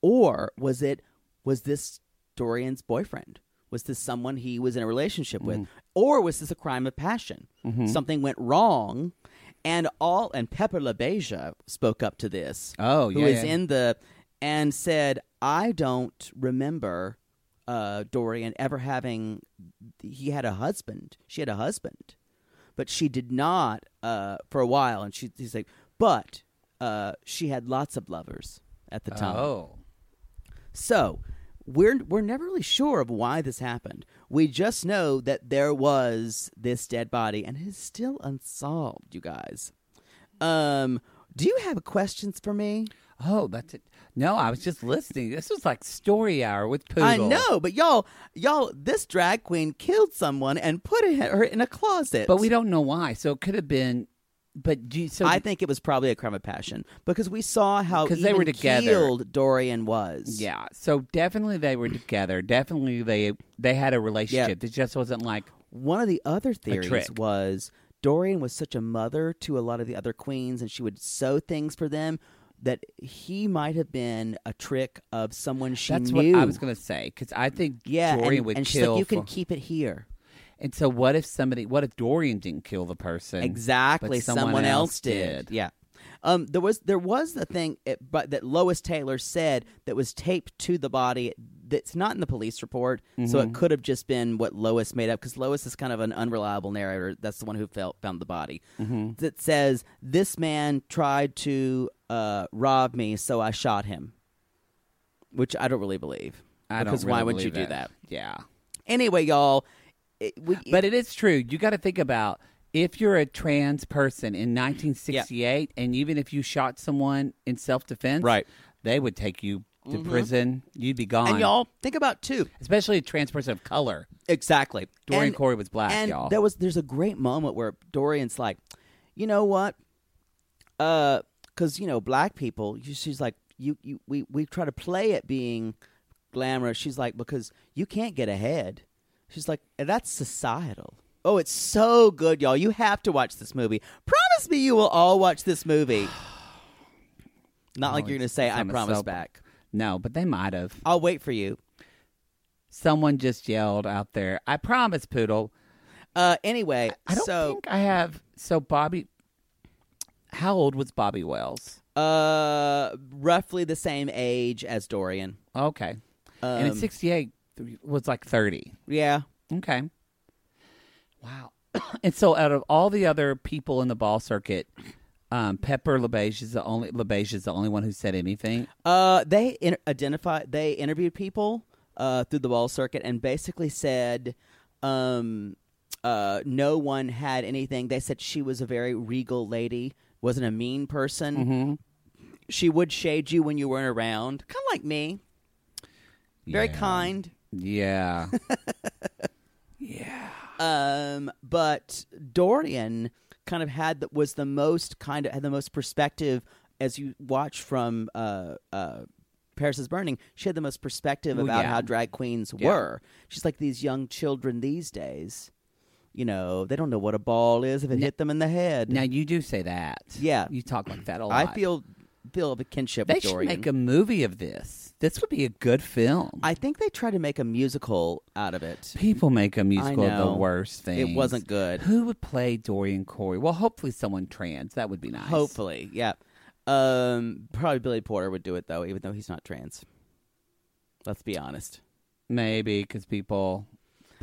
Speaker 2: or was it was this Dorian's boyfriend? Was this someone he was in a relationship with, or was this a crime of passion? Something went wrong, and all and Pepper LaBeija spoke up to this.
Speaker 3: Oh,
Speaker 2: who
Speaker 3: yeah,
Speaker 2: is
Speaker 3: yeah.
Speaker 2: in the and said, "I don't remember uh, Dorian ever having. He had a husband. She had a husband, but she did not uh, for a while. And she, she's like, but uh, she had lots of lovers at the time.
Speaker 3: Oh.
Speaker 2: So we're we're never really sure of why this happened. We just know that there was this dead body, and it is still unsolved, you guys. Um, do you have questions for me?
Speaker 3: Oh, that's it. No, I was just listening. This was like story hour with Poodle.
Speaker 2: I know, but y'all, y'all, this drag queen killed someone and put it- her in a closet.
Speaker 3: But we don't know why. So it could have been but do you, so
Speaker 2: I think it was probably a crime of passion because we saw how
Speaker 3: 'Cause they were
Speaker 2: even
Speaker 3: together.
Speaker 2: keeled Dorian was.
Speaker 3: yeah, so definitely they were together. Definitely they they had a relationship. It just wasn't like
Speaker 2: One of the other theories
Speaker 3: trick.
Speaker 2: was Dorian was such a mother to a lot of the other queens, and she would sew things for them that he might have been a trick of someone she
Speaker 3: that's
Speaker 2: knew.
Speaker 3: what I was gonna say because I think
Speaker 2: yeah,
Speaker 3: Dorian
Speaker 2: and,
Speaker 3: would
Speaker 2: and she's
Speaker 3: kill.
Speaker 2: like, "You can
Speaker 3: for-
Speaker 2: keep it here."
Speaker 3: and so, what if somebody? What if Dorian didn't kill the person?
Speaker 2: Exactly,
Speaker 3: but someone, else did.
Speaker 2: Yeah. Um, there was there was the thing, it, but that Lois Taylor said that was taped to the body. That's not in the police report, so
Speaker 3: Mm-hmm.
Speaker 2: it could have just been what Lois made up because Lois is kind of an unreliable narrator. That's the one who felt, found the body.
Speaker 3: Mm-hmm.
Speaker 2: That says this man tried to uh, rob me, so I shot him, which I don't really believe.
Speaker 3: I don't
Speaker 2: because
Speaker 3: really
Speaker 2: why would you
Speaker 3: believe
Speaker 2: do that?
Speaker 3: Yeah,
Speaker 2: Anyway, y'all. It, we,
Speaker 3: but it is true. You got to think about if you're a trans person in 1968, and even if you shot someone in self defense,
Speaker 2: Right.
Speaker 3: They would take you to prison. You'd be gone.
Speaker 2: and y'all think about too.
Speaker 3: especially a trans person of color.
Speaker 2: Exactly.
Speaker 3: Dorian
Speaker 2: And-
Speaker 3: Corey was black,
Speaker 2: and
Speaker 3: y'all.
Speaker 2: There was there's a great moment where Dorian's like, you know what? Uh, because you know black people, you, she's like, you, you we we try to play at being glamorous. She's like, because you can't get ahead. She's like, and that's societal. Oh, it's so good, y'all. You have to watch this movie. Promise me you will all watch this movie. Not like you're going to say,
Speaker 3: Oh, it's
Speaker 2: I
Speaker 3: on a
Speaker 2: promise
Speaker 3: cell-
Speaker 2: back.
Speaker 3: No, but they might have.
Speaker 2: I'll wait for you.
Speaker 3: Someone just yelled out there, I promise, Poodle.
Speaker 2: Uh, anyway,
Speaker 3: I don't
Speaker 2: so
Speaker 3: think I have. So, Bobby, how old was Bobby Wells?
Speaker 2: uh, roughly the same age as Dorian.
Speaker 3: Okay. and in
Speaker 2: Um,
Speaker 3: 68, th- was like 30.
Speaker 2: Yeah,
Speaker 3: Okay. Wow. and so, out of all the other people in the ball circuit, um, Pepper LeBeige is the only LeBeige is the only one who said anything.
Speaker 2: Uh, they in- identified, they interviewed people uh, through the ball circuit and basically said um, uh, no one had anything. They said she was a very regal lady, wasn't a mean person. She would shade you when you weren't around, kind of like me. Very
Speaker 3: Yeah.
Speaker 2: kind.
Speaker 3: Yeah.
Speaker 2: Um, but Dorian kind of had the, was the most kind of had the most perspective as you watch from uh, uh, Paris is Burning. She had the most perspective
Speaker 3: Well,
Speaker 2: about
Speaker 3: yeah.
Speaker 2: how drag queens were. She's like these young children these days. You know, they don't know what a ball is if it hit them in the head.
Speaker 3: now you do say that.
Speaker 2: Yeah.
Speaker 3: You talk like that a lot.
Speaker 2: I feel feel of a kinship
Speaker 3: they
Speaker 2: with
Speaker 3: should
Speaker 2: Dorian.
Speaker 3: make a movie of this. This would be a good film.
Speaker 2: I think they tried to make a musical out of it.
Speaker 3: People make a musical of the
Speaker 2: know.
Speaker 3: worst thing.
Speaker 2: It wasn't good.
Speaker 3: Who would play Dorian Corey? Well, hopefully someone trans. That would be nice.
Speaker 2: Hopefully, yeah. Um, probably Billy Porter would do it though, even though he's not trans. Let's be honest.
Speaker 3: Maybe because people,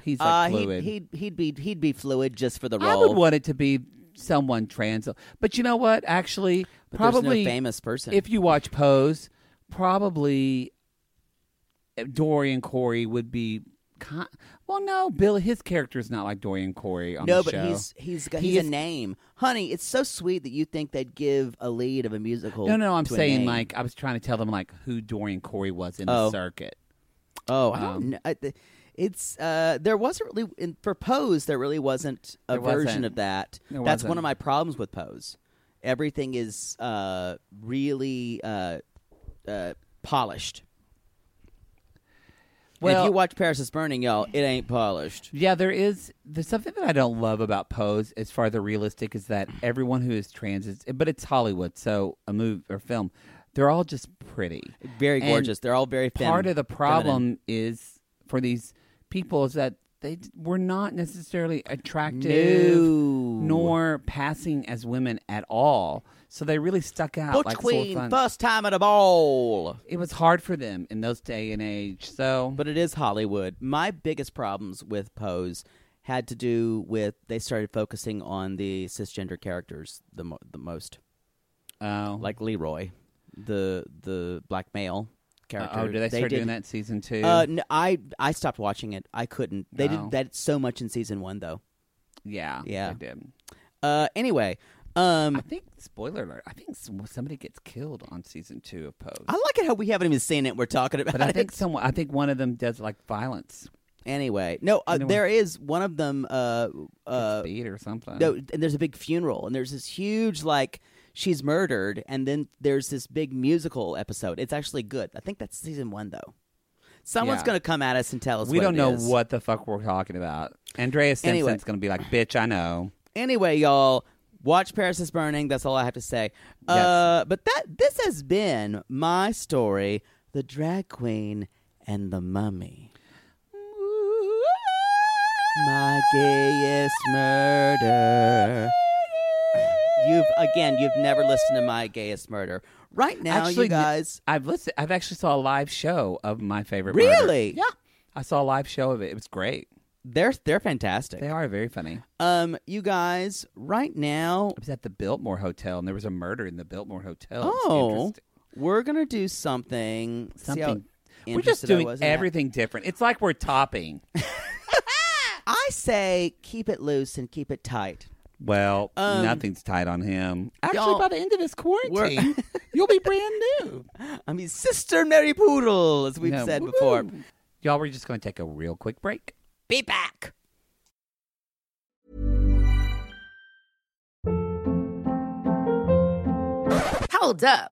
Speaker 3: he's
Speaker 2: uh,
Speaker 3: like fluid.
Speaker 2: He'd, he'd he'd be he'd be fluid just for the
Speaker 3: I
Speaker 2: role.
Speaker 3: would want it to be someone trans. But you know what? Actually,
Speaker 2: but there's no
Speaker 3: probably
Speaker 2: famous person.
Speaker 3: if you watch Pose, probably eh, Dorian Corey would be. Con- well, no, Bill. His character is not like Dorian Corey on
Speaker 2: no,
Speaker 3: the
Speaker 2: but
Speaker 3: show.
Speaker 2: he's he's got,
Speaker 3: He
Speaker 2: he's
Speaker 3: is-
Speaker 2: a name, honey. It's so sweet that you think they'd give a lead of a musical.
Speaker 3: No, no, I'm
Speaker 2: to a
Speaker 3: saying
Speaker 2: name.
Speaker 3: like I was trying to tell them like who Dorian Corey was in the
Speaker 2: Oh.
Speaker 3: circuit.
Speaker 2: oh, I don't know. I, th- it's uh, there wasn't really in, for Pose. There really wasn't a
Speaker 3: There
Speaker 2: version
Speaker 3: wasn't.
Speaker 2: of that.
Speaker 3: There
Speaker 2: That's
Speaker 3: wasn't.
Speaker 2: one of my problems with Pose. Everything is uh, really uh, uh, polished. Well,
Speaker 3: Well-
Speaker 2: if you watch Paris is Burning, y'all, it ain't polished.
Speaker 3: Yeah, there is. There's something that I don't love about Pose, as far as the realistic, is that everyone who is trans is, but it's Hollywood, so a movie or film, they're all just pretty,
Speaker 2: Very
Speaker 3: And
Speaker 2: gorgeous. They're all very fem-
Speaker 3: part of the problem
Speaker 2: feminine.
Speaker 3: is for these people is that they d- were not necessarily attractive
Speaker 2: No.
Speaker 3: nor passing as women at all. So they really stuck out.
Speaker 2: Butch
Speaker 3: like sore
Speaker 2: Queen,
Speaker 3: thumbs.
Speaker 2: first time at a ball.
Speaker 3: It was hard for them in those day and age. So
Speaker 2: But it is Hollywood. My biggest problems with Pose had to do with they started focusing on the cisgender characters the mo- the most,
Speaker 3: oh,
Speaker 2: like Leroy, the the black male character.
Speaker 3: oh, did they, start
Speaker 2: did-
Speaker 3: doing that in season two?
Speaker 2: Uh, no, I I stopped watching it. I couldn't. They
Speaker 3: Oh.
Speaker 2: did that so much in season one, though.
Speaker 3: yeah,
Speaker 2: yeah.
Speaker 3: they did.
Speaker 2: Uh, anyway, um,
Speaker 3: I think spoiler alert. I think s- somebody gets killed on season two of Pose.
Speaker 2: I like it how we haven't even seen it. We're talking about
Speaker 3: but I think
Speaker 2: it.
Speaker 3: someone. I think one of them does like violence,
Speaker 2: Anyway, no, uh,
Speaker 3: Anyway.
Speaker 2: there is one of them. Uh, uh,
Speaker 3: gets beat or something.
Speaker 2: No, and there's a big funeral, and there's this huge like she's murdered, and then there's this big musical episode. It's actually good. I think that's season one though. Someone's
Speaker 3: Yeah.
Speaker 2: gonna come at us and tell us.
Speaker 3: we
Speaker 2: what
Speaker 3: don't
Speaker 2: it
Speaker 3: know
Speaker 2: is.
Speaker 3: what the fuck we're talking about. Andrea Simpson's
Speaker 2: Anyway.
Speaker 3: gonna be like, "Bitch, I know."
Speaker 2: Anyway, y'all watch Paris is Burning. That's all I have to say. Uh, but that this has been my story: the drag queen and the mummy. My gayest murder. You've again, you've never listened to my gayest murder. Right now,
Speaker 3: actually,
Speaker 2: you guys.
Speaker 3: I've listened. I've actually saw a live show of my favorite. Murder.
Speaker 2: Really?
Speaker 3: Yeah, I saw a live show of it. It was great.
Speaker 2: They're they're fantastic.
Speaker 3: They are very funny.
Speaker 2: Um, you guys, right now,
Speaker 3: I was at the Biltmore Hotel, and there was a murder in the Biltmore Hotel. It's
Speaker 2: oh,
Speaker 3: interesting.
Speaker 2: we're gonna do something. See how
Speaker 3: something. We're just
Speaker 2: interested I
Speaker 3: doing
Speaker 2: was in that?
Speaker 3: everything different. It's like we're topping.
Speaker 2: I say keep it loose and keep it tight.
Speaker 3: Well,
Speaker 2: Um,
Speaker 3: nothing's tight on him. Actually,
Speaker 2: y'all-
Speaker 3: by the end of this quarantine,
Speaker 2: We're-
Speaker 3: you'll be brand new.
Speaker 2: I mean, Sister Mary Poodle, as we've
Speaker 3: No,
Speaker 2: said
Speaker 3: woo-hoo.
Speaker 2: before.
Speaker 3: Y'all, we're just going to take a real quick break.
Speaker 2: Be back.
Speaker 5: Hold up.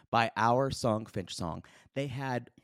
Speaker 2: by our song Finch song. They had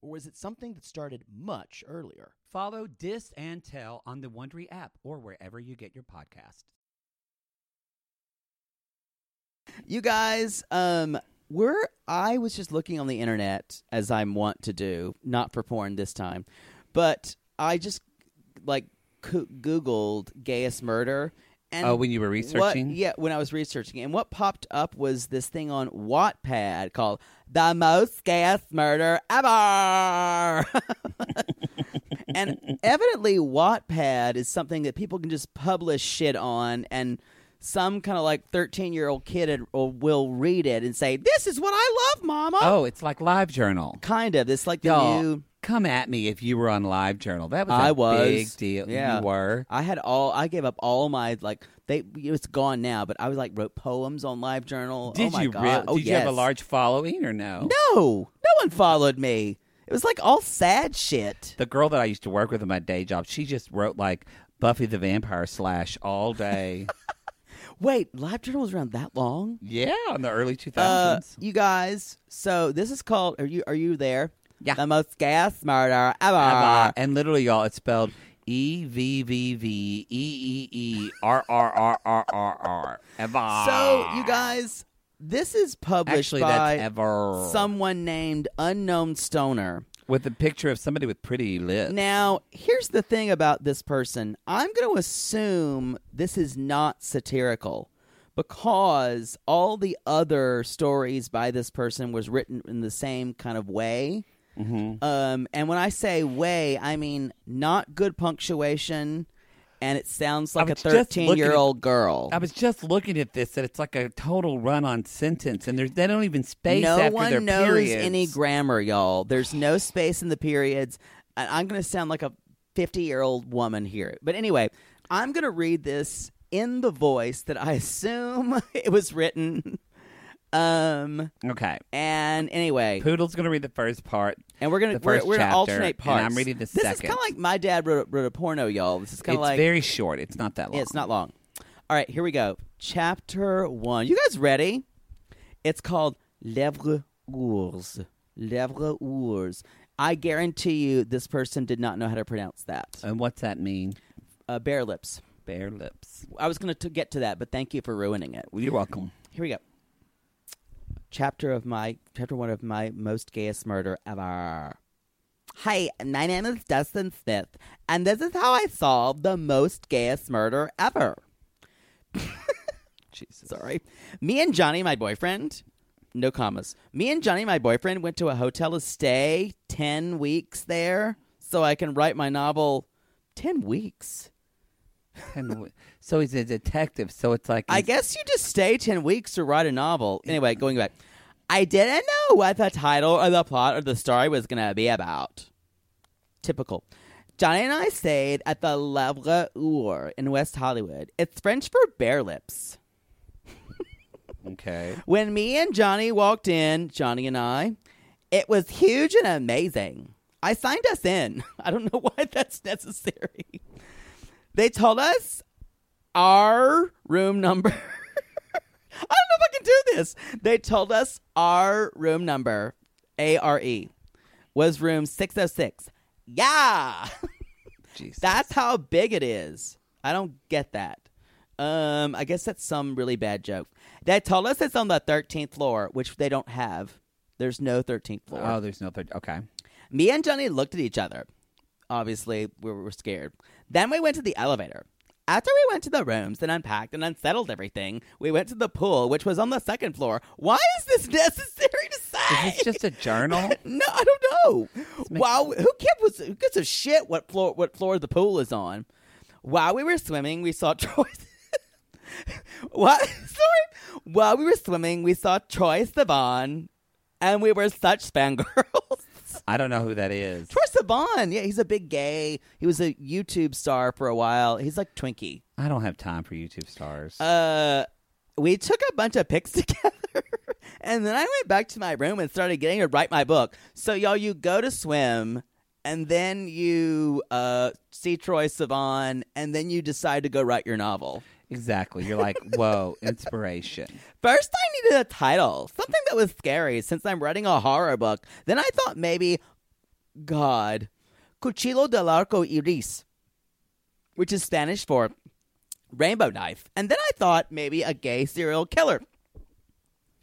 Speaker 6: or was it something that started much earlier?
Speaker 3: Follow Dis and Tell on the Wondery app or wherever you get your podcast.
Speaker 2: You guys, um, we're I was just looking on the internet as I want to do, not for porn this time, but I just like coo- Googled gayest murder. And
Speaker 3: Oh, when you were
Speaker 2: what-
Speaker 3: researching?
Speaker 2: yeah, when I was researching, and what popped up was this thing on Wattpad called "The Most Gayest Murder Ever," and evidently Wattpad is something that people can just publish shit on and some kind of like 13 year old kid had- or will read it and say, This is what I love, Mama.
Speaker 3: Oh, it's like Live Journal.
Speaker 2: Kind of. It's like the
Speaker 3: Y'all,
Speaker 2: new.
Speaker 3: come at me if you were on Live Journal. That was a
Speaker 2: I was.
Speaker 3: big deal.
Speaker 2: Yeah.
Speaker 3: You were.
Speaker 2: I had all. I gave up all my like. They it's gone now, but I was like wrote poems on LiveJournal.
Speaker 3: Did
Speaker 2: oh my
Speaker 3: you
Speaker 2: God.
Speaker 3: real-
Speaker 2: Oh,
Speaker 3: Did you have a
Speaker 2: yes.
Speaker 3: large following or no?
Speaker 2: No, no one followed me. It was like all sad shit.
Speaker 3: The girl that I used to work with in my day job, she just wrote like Buffy the Vampire Slash all day.
Speaker 2: Wait, LiveJournal was around that long?
Speaker 3: yeah, in the early two
Speaker 2: Uh,
Speaker 3: thousands.
Speaker 2: you guys. So this is called. Are you are you there?
Speaker 3: Yeah.
Speaker 2: The most gas murder ever. uh,
Speaker 3: and literally, y'all, it's spelled E V V V E E E R R R R R R. Ever.
Speaker 2: So you guys, this is published
Speaker 3: actually
Speaker 2: by
Speaker 3: that's ever
Speaker 2: someone named Unknown Stoner.
Speaker 3: with a picture of somebody with pretty lips.
Speaker 2: Now, here's the thing about this person. I'm going to assume this is not satirical because all the other stories by this person was written in the same kind of way.
Speaker 3: Mm-hmm.
Speaker 2: Um, and when I say way, I mean not good punctuation, and it sounds like a
Speaker 3: was just looking at-
Speaker 2: 13 year old girl.
Speaker 3: I was just looking at this, and it's like a total run-on sentence, and there's, they don't even space
Speaker 2: no
Speaker 3: after
Speaker 2: one
Speaker 3: their
Speaker 2: knows
Speaker 3: periods.
Speaker 2: any grammar, y'all. There's no space in the periods. And I'm going to sound like a 50 year old woman here. But anyway, I'm going to read this in the voice that I assume it was written. Um,
Speaker 3: okay,
Speaker 2: and anyway,
Speaker 3: Poodle's gonna read the first part,
Speaker 2: and we're going to
Speaker 3: the
Speaker 2: we're,
Speaker 3: first
Speaker 2: we're going to
Speaker 3: chapter,
Speaker 2: alternate parts.
Speaker 3: and I'm reading the
Speaker 2: this
Speaker 3: second.
Speaker 2: is kind of like my dad wrote, wrote a porno, y'all. This is kind
Speaker 3: it's
Speaker 2: of like
Speaker 3: very short. It's not that long.
Speaker 2: yeah, It's not long. All right, here we go. Chapter one. You guys ready? It's called Lèvres Ours. Lèvres Ours. I guarantee you this person did not know how to pronounce that.
Speaker 3: And what's that mean?
Speaker 2: Uh, bare lips.
Speaker 3: Bare lips.
Speaker 2: I was going to get to that, but thank you for ruining it.
Speaker 3: Well, you're welcome.
Speaker 2: Here we go. Chapter of my chapter one of my most gayest murder ever. Hi, my name is Dustin Smith, and this is how I solved the most gayest murder ever. Sorry. Me and Johnny, my boyfriend, no commas. Me and Johnny, my boyfriend, went to a hotel to stay 10 weeks there so I can write my novel. 10 weeks?
Speaker 3: And w- so he's a detective. So it's like
Speaker 2: I guess you just stay 10 weeks to write a novel. Anyway, going back. I didn't know what the title or the plot or the story was going to be about. Typical. Johnny and I stayed at the Lèvres Our in West Hollywood. It's French for bare lips.
Speaker 3: okay.
Speaker 2: When me and Johnny walked in, Johnny and I, it was huge and amazing. I signed us in. I don't know why that's necessary. They told us our room number. I don't know if I can do this. They told us our room number, A R E, was room 606. Yeah.
Speaker 3: Jesus.
Speaker 2: That's how big it is. I don't get that. Um, I guess that's some really bad joke. They told us it's on the 13th floor, which they don't have. There's no 13th floor.
Speaker 3: Oh, there's no third. Okay.
Speaker 2: Me and Johnny looked at each other. Obviously, we were scared. Then we went to the elevator. After we went to the rooms and unpacked and unsettled everything, we went to the pool, which was on the second floor. Why is this necessary to say?
Speaker 3: Is this just a journal?
Speaker 2: No, I don't know. While who gives who gives a shit what floor what floor the pool is on? While we were swimming, we saw Troy. what? Sorry. While we were swimming, we saw Troy Sivan, and we were such fangirls.
Speaker 3: I don't know who that is.
Speaker 2: Troy Sivan, yeah, he's a big gay. He was a YouTube star for a while. He's like Twinkie.
Speaker 3: I don't have time for YouTube stars.
Speaker 2: Uh, we took a bunch of pics together, and then I went back to my room and started getting to write my book. So y'all, you go to swim, and then you uh, see Troy Sivan, and then you decide to go write your novel.
Speaker 3: exactly. You're like, whoa, inspiration.
Speaker 2: First, I needed a title, something that was scary, since I'm writing a horror book. Then I thought maybe, God, Cuchillo del Arco Iris, which is Spanish for rainbow knife. And then I thought maybe a gay serial killer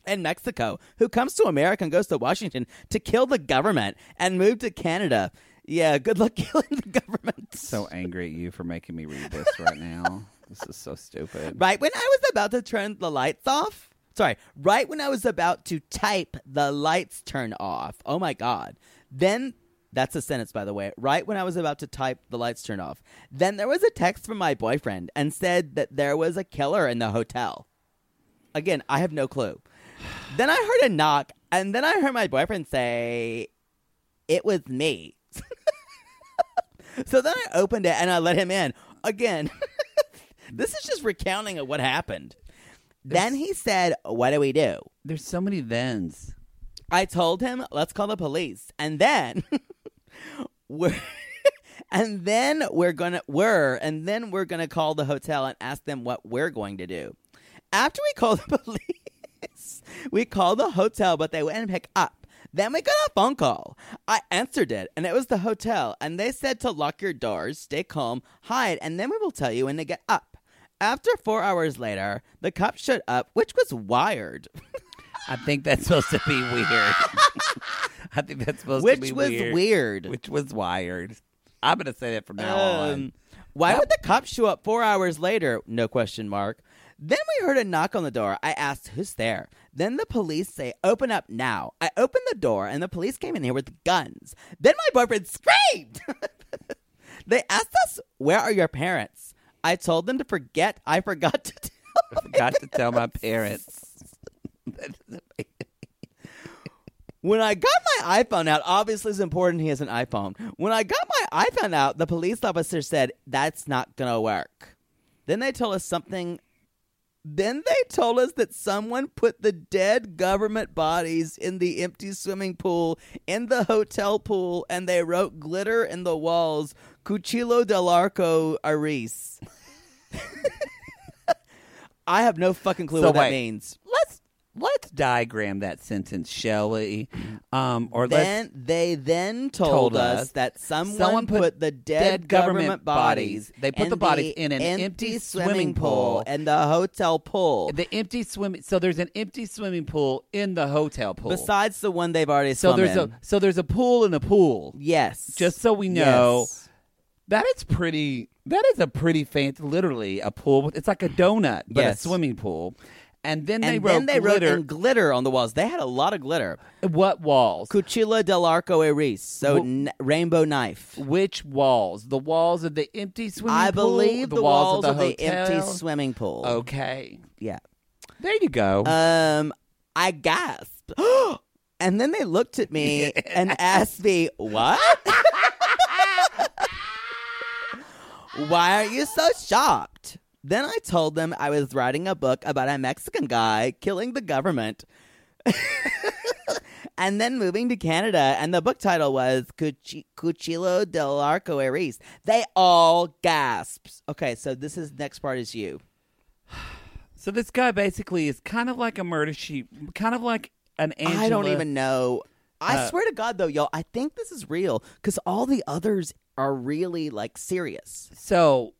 Speaker 2: in Mexico who comes to America and goes to Washington to kill the government and move to Canada. Yeah, good luck killing the government.
Speaker 3: So angry at you for making me read this right now. This is so stupid.
Speaker 2: Right when I was about to turn the lights off, sorry, right when I was about to type the lights turn off, oh my God, then That's a sentence, by the way. Right when I was about to type, the lights turned off. Then there was a text from my boyfriend and said that there was a killer in the hotel. Again, I have no clue. Then I heard a knock, and then I heard my boyfriend say, It was me. so then I opened it and I let him in. Again, this is just recounting of what happened. Then he said, What do we do?
Speaker 3: There's so many thens.
Speaker 2: I told him, let's call the police. And then we're and then we're gonna we're and then we're gonna call the hotel and ask them what we're going to do. After we call the police, we called the hotel, but they wouldn't pick up. Then we got a phone call. I answered it, and it was the hotel, and they said to lock your doors, stay calm, hide, and then we will tell you when to get up. After four hours later, the cop showed up, which was wired.
Speaker 3: I think that's supposed to be weird. I think that's supposed
Speaker 2: Which
Speaker 3: to be
Speaker 2: was
Speaker 3: weird.
Speaker 2: weird.
Speaker 3: Which was wired. I'm gonna say that from now on.
Speaker 2: Um, why would the cops show up four hours later? No question mark. Then we heard a knock on the door. I asked, who's there? Then the police say, open up now. I opened the door and the police came in here with guns. Then my boyfriend screamed. they asked us, where are your parents? I told them to forget. I forgot to tell.
Speaker 3: I Got to tell my parents.
Speaker 2: When I got my iPhone out, obviously it's important he has an iPhone. When I got my iPhone out, the police officer said, That's not going to work. Then they told us something. Then they told us that someone put the dead government bodies in the empty swimming pool, in the hotel pool, and they wrote glitter in the walls Cuchillo del Arco Aris. I have no fucking clue
Speaker 3: So
Speaker 2: what that
Speaker 3: wait.
Speaker 2: means.
Speaker 3: let's let's diagram that sentence, shall we? Um, or let's
Speaker 2: then they then told,
Speaker 3: told
Speaker 2: us,
Speaker 3: us
Speaker 2: that someone,
Speaker 3: someone
Speaker 2: put,
Speaker 3: put
Speaker 2: the dead,
Speaker 3: dead
Speaker 2: government,
Speaker 3: government
Speaker 2: bodies.
Speaker 3: bodies- they put the bodies in an empty swimming pool.
Speaker 2: and the hotel pool.
Speaker 3: the empty swimming. So there's an empty swimming pool in the hotel pool.
Speaker 2: Besides the one they've already
Speaker 3: so
Speaker 2: swum
Speaker 3: there's
Speaker 2: in.
Speaker 3: a so there's a pool in a pool.
Speaker 2: yes.
Speaker 3: Just so we know, that is pretty. That is a pretty faint. Literally a pool. with- It's like a donut, but
Speaker 2: Yes.
Speaker 3: a swimming pool. And then
Speaker 2: And
Speaker 3: they
Speaker 2: then
Speaker 3: wrote
Speaker 2: they wrote
Speaker 3: glitter.
Speaker 2: in glitter on the walls. They had a lot of glitter.
Speaker 3: what walls?
Speaker 2: Cuchilla del Arco Eris, so
Speaker 3: Wh-
Speaker 2: n- rainbow knife.
Speaker 3: Which walls? The walls of the empty swimming
Speaker 2: I
Speaker 3: pool?
Speaker 2: believe the walls, of, the, empty
Speaker 3: hotel?
Speaker 2: swimming pool.
Speaker 3: Okay.
Speaker 2: yeah.
Speaker 3: There you go.
Speaker 2: Um, I gasped. and then they looked at me and asked me, What? Why are you so shocked? Then I told them I was writing a book about a Mexican guy killing the government and then moving to Canada. And the book title was Cuchi- Cuchillo del Arco Eris. They all gasped. Okay, so this is next part is you.
Speaker 3: so this guy basically is kind of like a murder sheep, kind of like an Angela.
Speaker 2: I don't even know. I
Speaker 3: Uh,
Speaker 2: swear to God, though, y'all, I think this is real because all the others are really like serious.
Speaker 3: So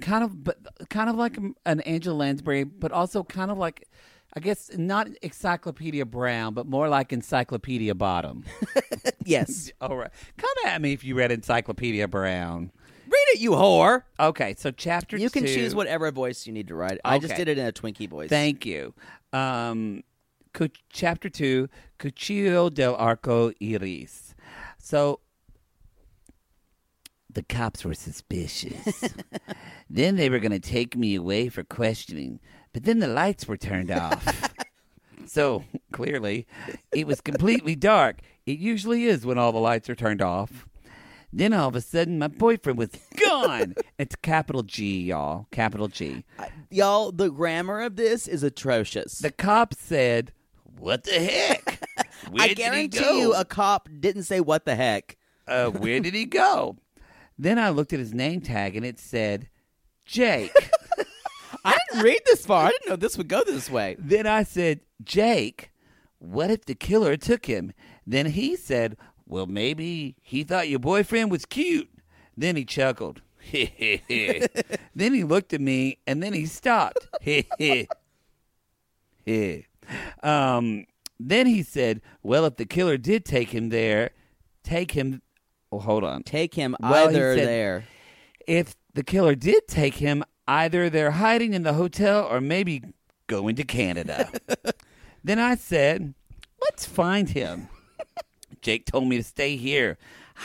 Speaker 3: kind of, but kind of like an Angela Lansbury, but also kind of like, I guess not Encyclopedia Brown, but more like Encyclopedia Bottom.
Speaker 2: Yes,
Speaker 3: All right, come at me if you read Encyclopedia Brown.
Speaker 2: read it, you whore.
Speaker 3: Okay, so chapter
Speaker 2: You can
Speaker 3: two-
Speaker 2: choose whatever voice you need to write. I just
Speaker 3: Okay.
Speaker 2: did it in a Twinkie voice.
Speaker 3: Thank you. Um, cu- chapter two, Cuchillo del Arco Iris. So the cops were suspicious. then they were going to take me away for questioning, but then the lights were turned off. so clearly, it was completely dark. It usually is when all the lights are turned off. Then all of a sudden, my boyfriend was gone. it's capital G, y'all. Capital G.
Speaker 2: y'all. The grammar of this is atrocious.
Speaker 3: The cop said, "What the heck? Where
Speaker 2: I guarantee you, a cop didn't say what the heck.
Speaker 3: uh, where did he go?" Then I looked at his name tag and it said, "Jake."
Speaker 2: I didn't read this far. I didn't know this would go this way.
Speaker 3: then I said, "Jake, what if the killer took him?" Then he said, "Well, maybe he thought your boyfriend was cute." Then he chuckled. then he looked at me and then he stopped. Yeah. Um, then he said, "Well, if the killer did take him there, take him." Well, hold on.
Speaker 2: Take him
Speaker 3: Well, he
Speaker 2: either
Speaker 3: said-
Speaker 2: there.
Speaker 3: If the killer did take him, either they're hiding in the hotel or maybe going to Canada. then I said, "Let's find him." Jake told me to stay here.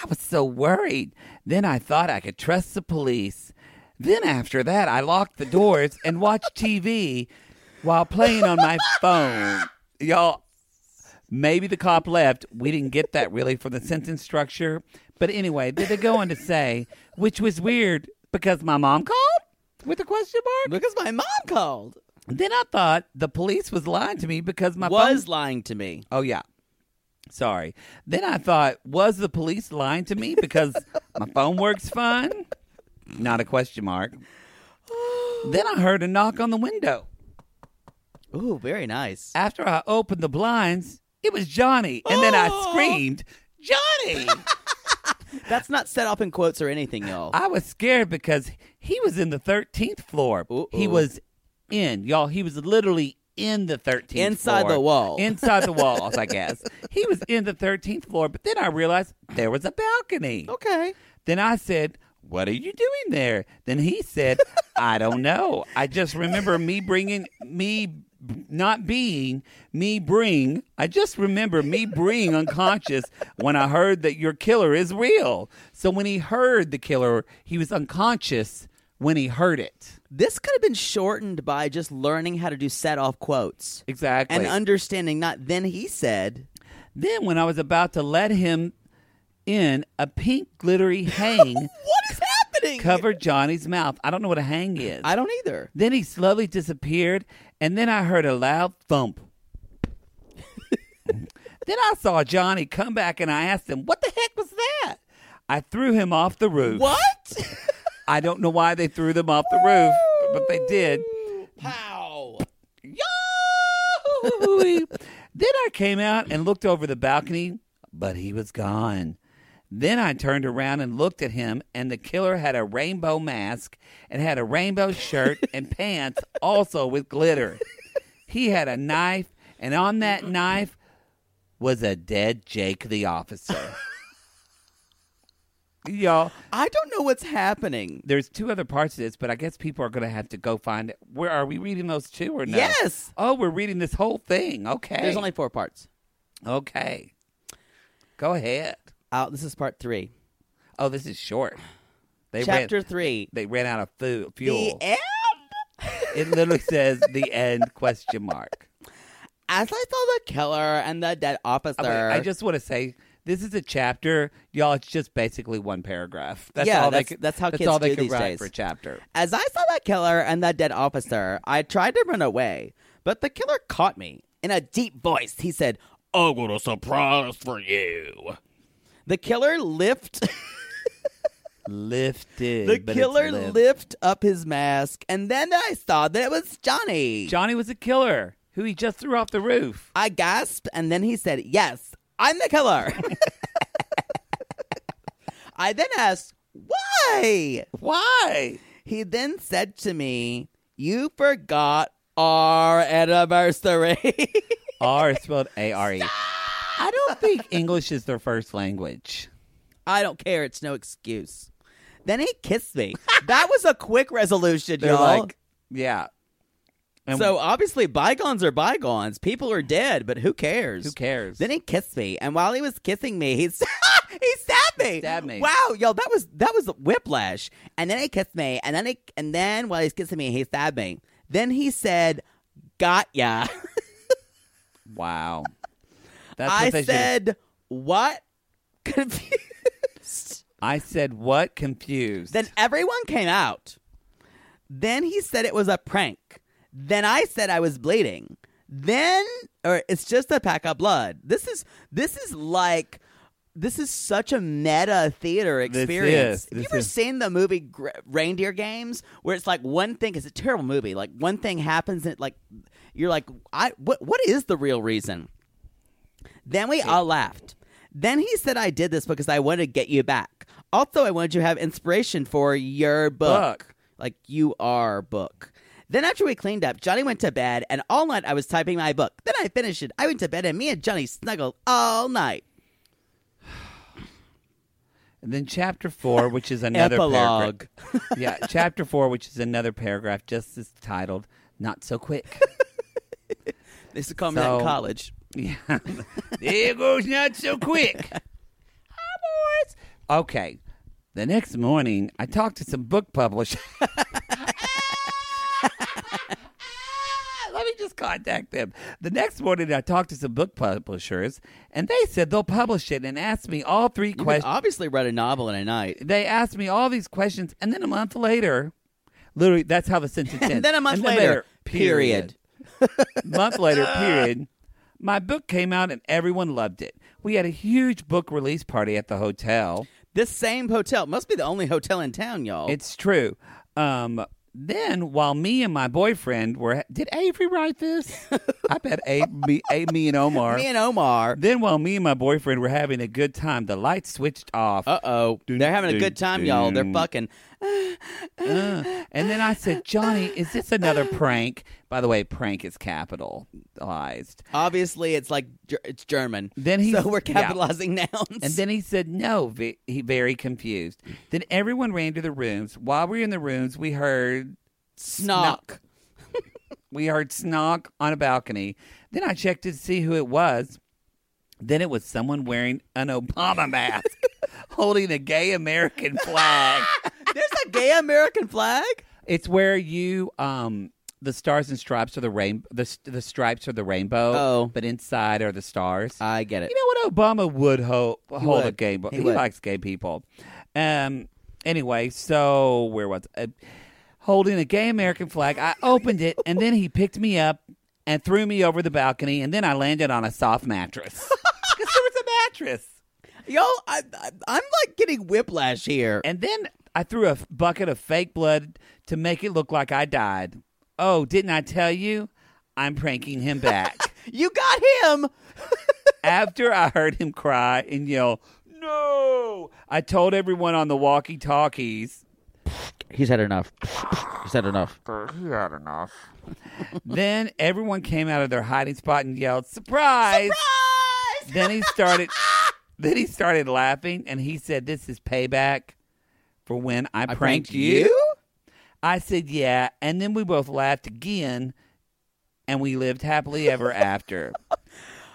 Speaker 3: I was so worried. Then I thought I could trust the police. Then after that, I locked the doors and watched TV while playing on my phone. Y'all, maybe the cop left. We didn't get that really for the sentence structure. But anyway, did they go on to say, which was weird because my mom called with a question mark?
Speaker 2: because my mom called.
Speaker 3: Then I thought the police was lying to me because my
Speaker 2: was
Speaker 3: phone-
Speaker 2: lying to me.
Speaker 3: Oh yeah. Sorry. Then I thought, was the police lying to me because my phone works fine? Not a question mark. then I heard a knock on the window.
Speaker 2: Ooh, very nice.
Speaker 3: After I opened the blinds, it was Johnny. And then I screamed, Johnny!
Speaker 2: That's not set up in quotes or anything, y'all.
Speaker 3: I was scared because he was in the 13th floor. He
Speaker 2: Uh-oh.
Speaker 3: was in, y'all. He was literally in the 13th
Speaker 2: Inside
Speaker 3: floor.
Speaker 2: the wall.
Speaker 3: Inside the walls, I guess. He was in the 13th floor, but then I realized there was a balcony.
Speaker 2: Oh,
Speaker 6: Okay.
Speaker 3: Then I said, What are you doing there? Then he said, I don't know. I just remember me bringing, me b- not being, me bring, I just remember me being unconscious when I heard that your killer is real. So when he heard the killer, he was unconscious when he heard it.
Speaker 2: This could have been shortened by just learning how to do set off quotes
Speaker 3: Exactly.
Speaker 2: and understanding not then he said.
Speaker 3: Then, when I was about to let him in, a pink glittery hang
Speaker 2: What is happening?
Speaker 3: covered Johnny's mouth. I don't know what a hang is.
Speaker 2: I don't either.
Speaker 3: Then he slowly disappeared, and then I heard a loud thump. then I saw Johnny come back, and I asked him, What the heck was that? I threw him off the roof.
Speaker 2: What?
Speaker 3: I don't know why they threw them off the roof, but they did.
Speaker 6: Pow.
Speaker 3: Yahoo! then I came out and looked over the balcony, but he was gone. Then I turned around and looked at him, and the killer had a rainbow mask and had a rainbow shirt and pants, also with glitter. He had a knife, and on that knife was a dead Jake the officer. Y'all,
Speaker 2: I don't know what's happening.
Speaker 3: there's two other parts to this, but I guess people are going to have to go find it. Where are we reading those two or no?
Speaker 2: Yes.
Speaker 3: Oh, we're reading this whole thing. Okay.
Speaker 2: There's only four parts.
Speaker 3: okay. Go ahead.
Speaker 2: Uh, this is part three.
Speaker 3: Oh, this is short. They
Speaker 2: Chapter
Speaker 3: ran,
Speaker 2: three.
Speaker 3: They ran out of food,
Speaker 2: The e-
Speaker 3: fuel.
Speaker 2: end.
Speaker 3: It literally says the end question mark.
Speaker 2: As I saw the killer and the dead officer,
Speaker 3: Okay, I just want to say this is a chapter, y'all. It's just basically one paragraph. That's
Speaker 2: Yeah,
Speaker 3: all
Speaker 2: that's-
Speaker 3: they could,
Speaker 2: that's how
Speaker 3: that's
Speaker 2: kids
Speaker 3: all they
Speaker 2: do
Speaker 3: could
Speaker 2: these
Speaker 3: write
Speaker 2: days.
Speaker 3: for a chapter.
Speaker 2: As I saw that killer and that dead officer, I tried to run away, but the killer caught me. In a deep voice, he said,
Speaker 6: I got a surprise for you.
Speaker 2: The killer lift
Speaker 3: Lifted.
Speaker 2: the
Speaker 3: but it's
Speaker 2: killer
Speaker 3: lived.
Speaker 2: lift up his mask, and then I saw that it was Johnny.
Speaker 3: Johnny was a killer who he just threw off the roof.
Speaker 2: I gasped, and then he said, Yes, I'm the killer. I then asked, Why?
Speaker 3: Why?
Speaker 2: He then said to me, You forgot our
Speaker 7: uh,
Speaker 2: anniversary.
Speaker 3: R is spelled A R E. I don't think English is their first language.
Speaker 2: I don't care. It's no excuse. Then he kissed me. that was a quick resolution,
Speaker 3: They're
Speaker 2: y'all.
Speaker 3: like, um, yeah. And
Speaker 2: so obviously, bygones are bygones. People are dead, but who cares?
Speaker 3: who cares?
Speaker 2: Then he kissed me, and while he was kissing me, he st- he stabbed me.
Speaker 3: Stabbed me.
Speaker 2: Wow, yo, that was that was whiplash. And then he kissed me, and then he and then while he's kissing me, he stabbed me. Then he said, "Got ya."
Speaker 3: wow. That's what
Speaker 2: I
Speaker 3: they should've-
Speaker 2: said, "What?" Confused.
Speaker 3: I said what? Confused.
Speaker 2: Then everyone came out. Then he said it was a prank. Then I said I was bleeding. Then or it's just a pack of blood. This is this is like this is such a meta theater
Speaker 3: This
Speaker 2: experience.
Speaker 3: is,
Speaker 2: Have you
Speaker 3: this
Speaker 2: ever
Speaker 3: is.
Speaker 2: seen the movie Gr- Reindeer Games, where it's like one thing? It's a terrible movie. Like one thing happens, and it, like you're like, I what what is the real reason? Then we all laughed. Then he said I did this because I wanted to get you back. Also, I wanted you to have inspiration for your book.
Speaker 3: Book.
Speaker 2: Like you are book. Then after we cleaned up, Johnny went to bed and all night I was typing my book. Then I finished it. I went to bed and me and Johnny snuggled all night.
Speaker 3: And then chapter four, which is another
Speaker 2: Epilogue.
Speaker 3: paragraph. yeah, chapter four, which is another paragraph, just is titled "Not So Quick."
Speaker 2: They used to call me that in
Speaker 3: So-
Speaker 2: college.
Speaker 3: Yeah. there goes not so quick. Hi, boys. Okay. The next morning, I talked to some book publishers. Ah, Let me just contact them. The next morning, I talked to some book publishers, and they said they'll publish it and asked me all three
Speaker 7: You could
Speaker 3: questions.
Speaker 7: obviously read a novel in a night.
Speaker 3: they asked me all these questions, and then a month later, literally, that's how the sentence ends.
Speaker 7: And then a month later, period.
Speaker 3: month later, period, my book came out and everyone loved it. We had a huge book release party at the hotel.
Speaker 7: This same hotel must be the only hotel in town, y'all.
Speaker 3: It's true. Um, then, while me and my boyfriend were, did Avery write this? I bet Abe, me, Abe, me and Omar.
Speaker 7: me and Omar.
Speaker 3: then, while me and my boyfriend were having a good time, the lights switched off.
Speaker 7: Uh oh, they're having a
Speaker 3: dun,
Speaker 7: good time, y'all. They're
Speaker 3: dun.
Speaker 7: fucking.
Speaker 3: Uh, and then I said, Johnny, is this another prank? By the way, prank is capitalized.
Speaker 7: Obviously, it's like Ger- it's German.
Speaker 3: Then he-
Speaker 7: so we're
Speaker 3: yeah.
Speaker 7: capitalizing nouns.
Speaker 3: And then he said no, ve- he very confused. Then everyone ran to the rooms. While we were in the rooms, we heard
Speaker 7: snock.
Speaker 3: we heard snock on a balcony. Then I checked to see who it was. Then it was someone wearing an Obama mask, holding a gay American flag.
Speaker 7: There's a gay American flag.
Speaker 3: It's where you um the stars and stripes are the rain the s- the stripes are the rainbow,
Speaker 7: Oh.
Speaker 3: but inside are the stars.
Speaker 7: I get it.
Speaker 3: You know what? Obama would ho- hold a
Speaker 7: would.
Speaker 3: gay. Bo-
Speaker 7: He
Speaker 3: he
Speaker 7: would.
Speaker 3: likes gay people. Um. Anyway, so where was uh, holding a gay American flag? I opened it, and then he picked me up and threw me over the balcony, and then I landed on a soft mattress. 'Cause there was a mattress.
Speaker 7: Y'all, I, I, I'm like getting whiplash here.
Speaker 3: And then I threw a f- bucket of fake blood to make it look like I died. Oh, didn't I tell you? I'm pranking him back.
Speaker 7: you got him.
Speaker 3: After I heard him cry and yell, No! I told everyone on the walkie talkies.
Speaker 7: He's had enough. He's had enough.
Speaker 3: then everyone came out of their hiding spot and yelled, Surprise! Surprise! Then he started. Then he started laughing and he said, This is payback for when I, pranked, you? I said, Yeah. And then we both laughed again and we lived happily ever after.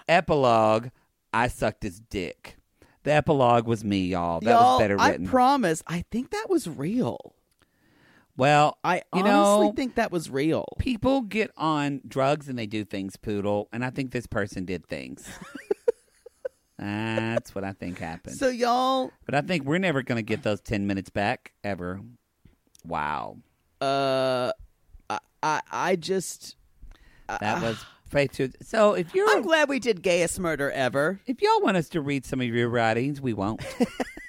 Speaker 3: epilogue I sucked his dick. The epilogue was me, y'all. Oh, That
Speaker 7: Y'all,
Speaker 3: was better written.
Speaker 7: I promise. I think that was real.
Speaker 3: well,
Speaker 7: I
Speaker 3: you
Speaker 7: honestly
Speaker 3: know,
Speaker 7: think that was real.
Speaker 3: people get on drugs and they do things, poodle. And I think this person did things. That's what I think happened.
Speaker 7: So y'all,
Speaker 3: but I think we're never going to get those 10 minutes back ever. Wow.
Speaker 7: uh, I, I, I just,
Speaker 3: That was faith to. So if you're.
Speaker 7: Uh, I'm glad we did gayest murder ever.
Speaker 3: If y'all want us to read some of your writings, we won't.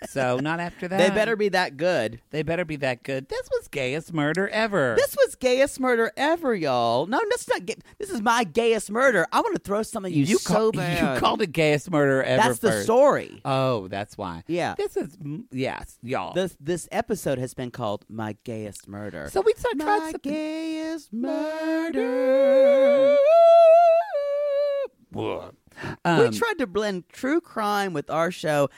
Speaker 3: so not after that.
Speaker 7: They better be that good.
Speaker 3: They better be that good. This was gayest murder ever.
Speaker 7: This was gayest murder ever, y'all. No, that's not. Gay. This is my gayest murder. I want to throw some of you, so
Speaker 3: call-
Speaker 7: bad.
Speaker 3: You called it gayest murder ever.
Speaker 7: that's the
Speaker 3: first.
Speaker 7: story.
Speaker 3: Oh, that's why.
Speaker 7: Yeah.
Speaker 3: This is mm, yes, y'all.
Speaker 7: This this episode has been called "My Gayest Murder."
Speaker 3: so we start
Speaker 7: my
Speaker 3: trying something. Um,
Speaker 7: gayest murder.
Speaker 3: Ugh.
Speaker 7: we
Speaker 3: Um,
Speaker 7: tried to blend true crime with our show.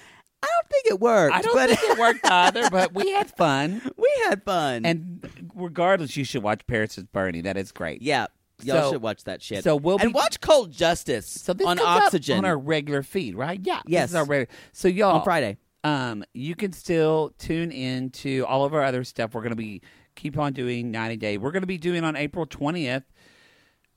Speaker 7: I don't think it worked.
Speaker 3: I don't
Speaker 7: but
Speaker 3: think it worked either, but we had fun.
Speaker 7: we had fun.
Speaker 3: And regardless, you should watch Paris is Burning. That is great.
Speaker 7: yeah, y'all
Speaker 3: So-
Speaker 7: should watch that shit.
Speaker 3: so we'll
Speaker 7: and
Speaker 3: be-
Speaker 7: watch Cold Justice.
Speaker 3: So this
Speaker 7: on
Speaker 3: comes up
Speaker 7: Oxygen
Speaker 3: on our regular feed, right? Yeah.
Speaker 7: Yes.
Speaker 3: This is our regular. So y'all
Speaker 7: on Friday.
Speaker 3: Um, you can still tune in to all of our other stuff. We're going to be keep on doing 90 Day. We're going to be doing on April 20th.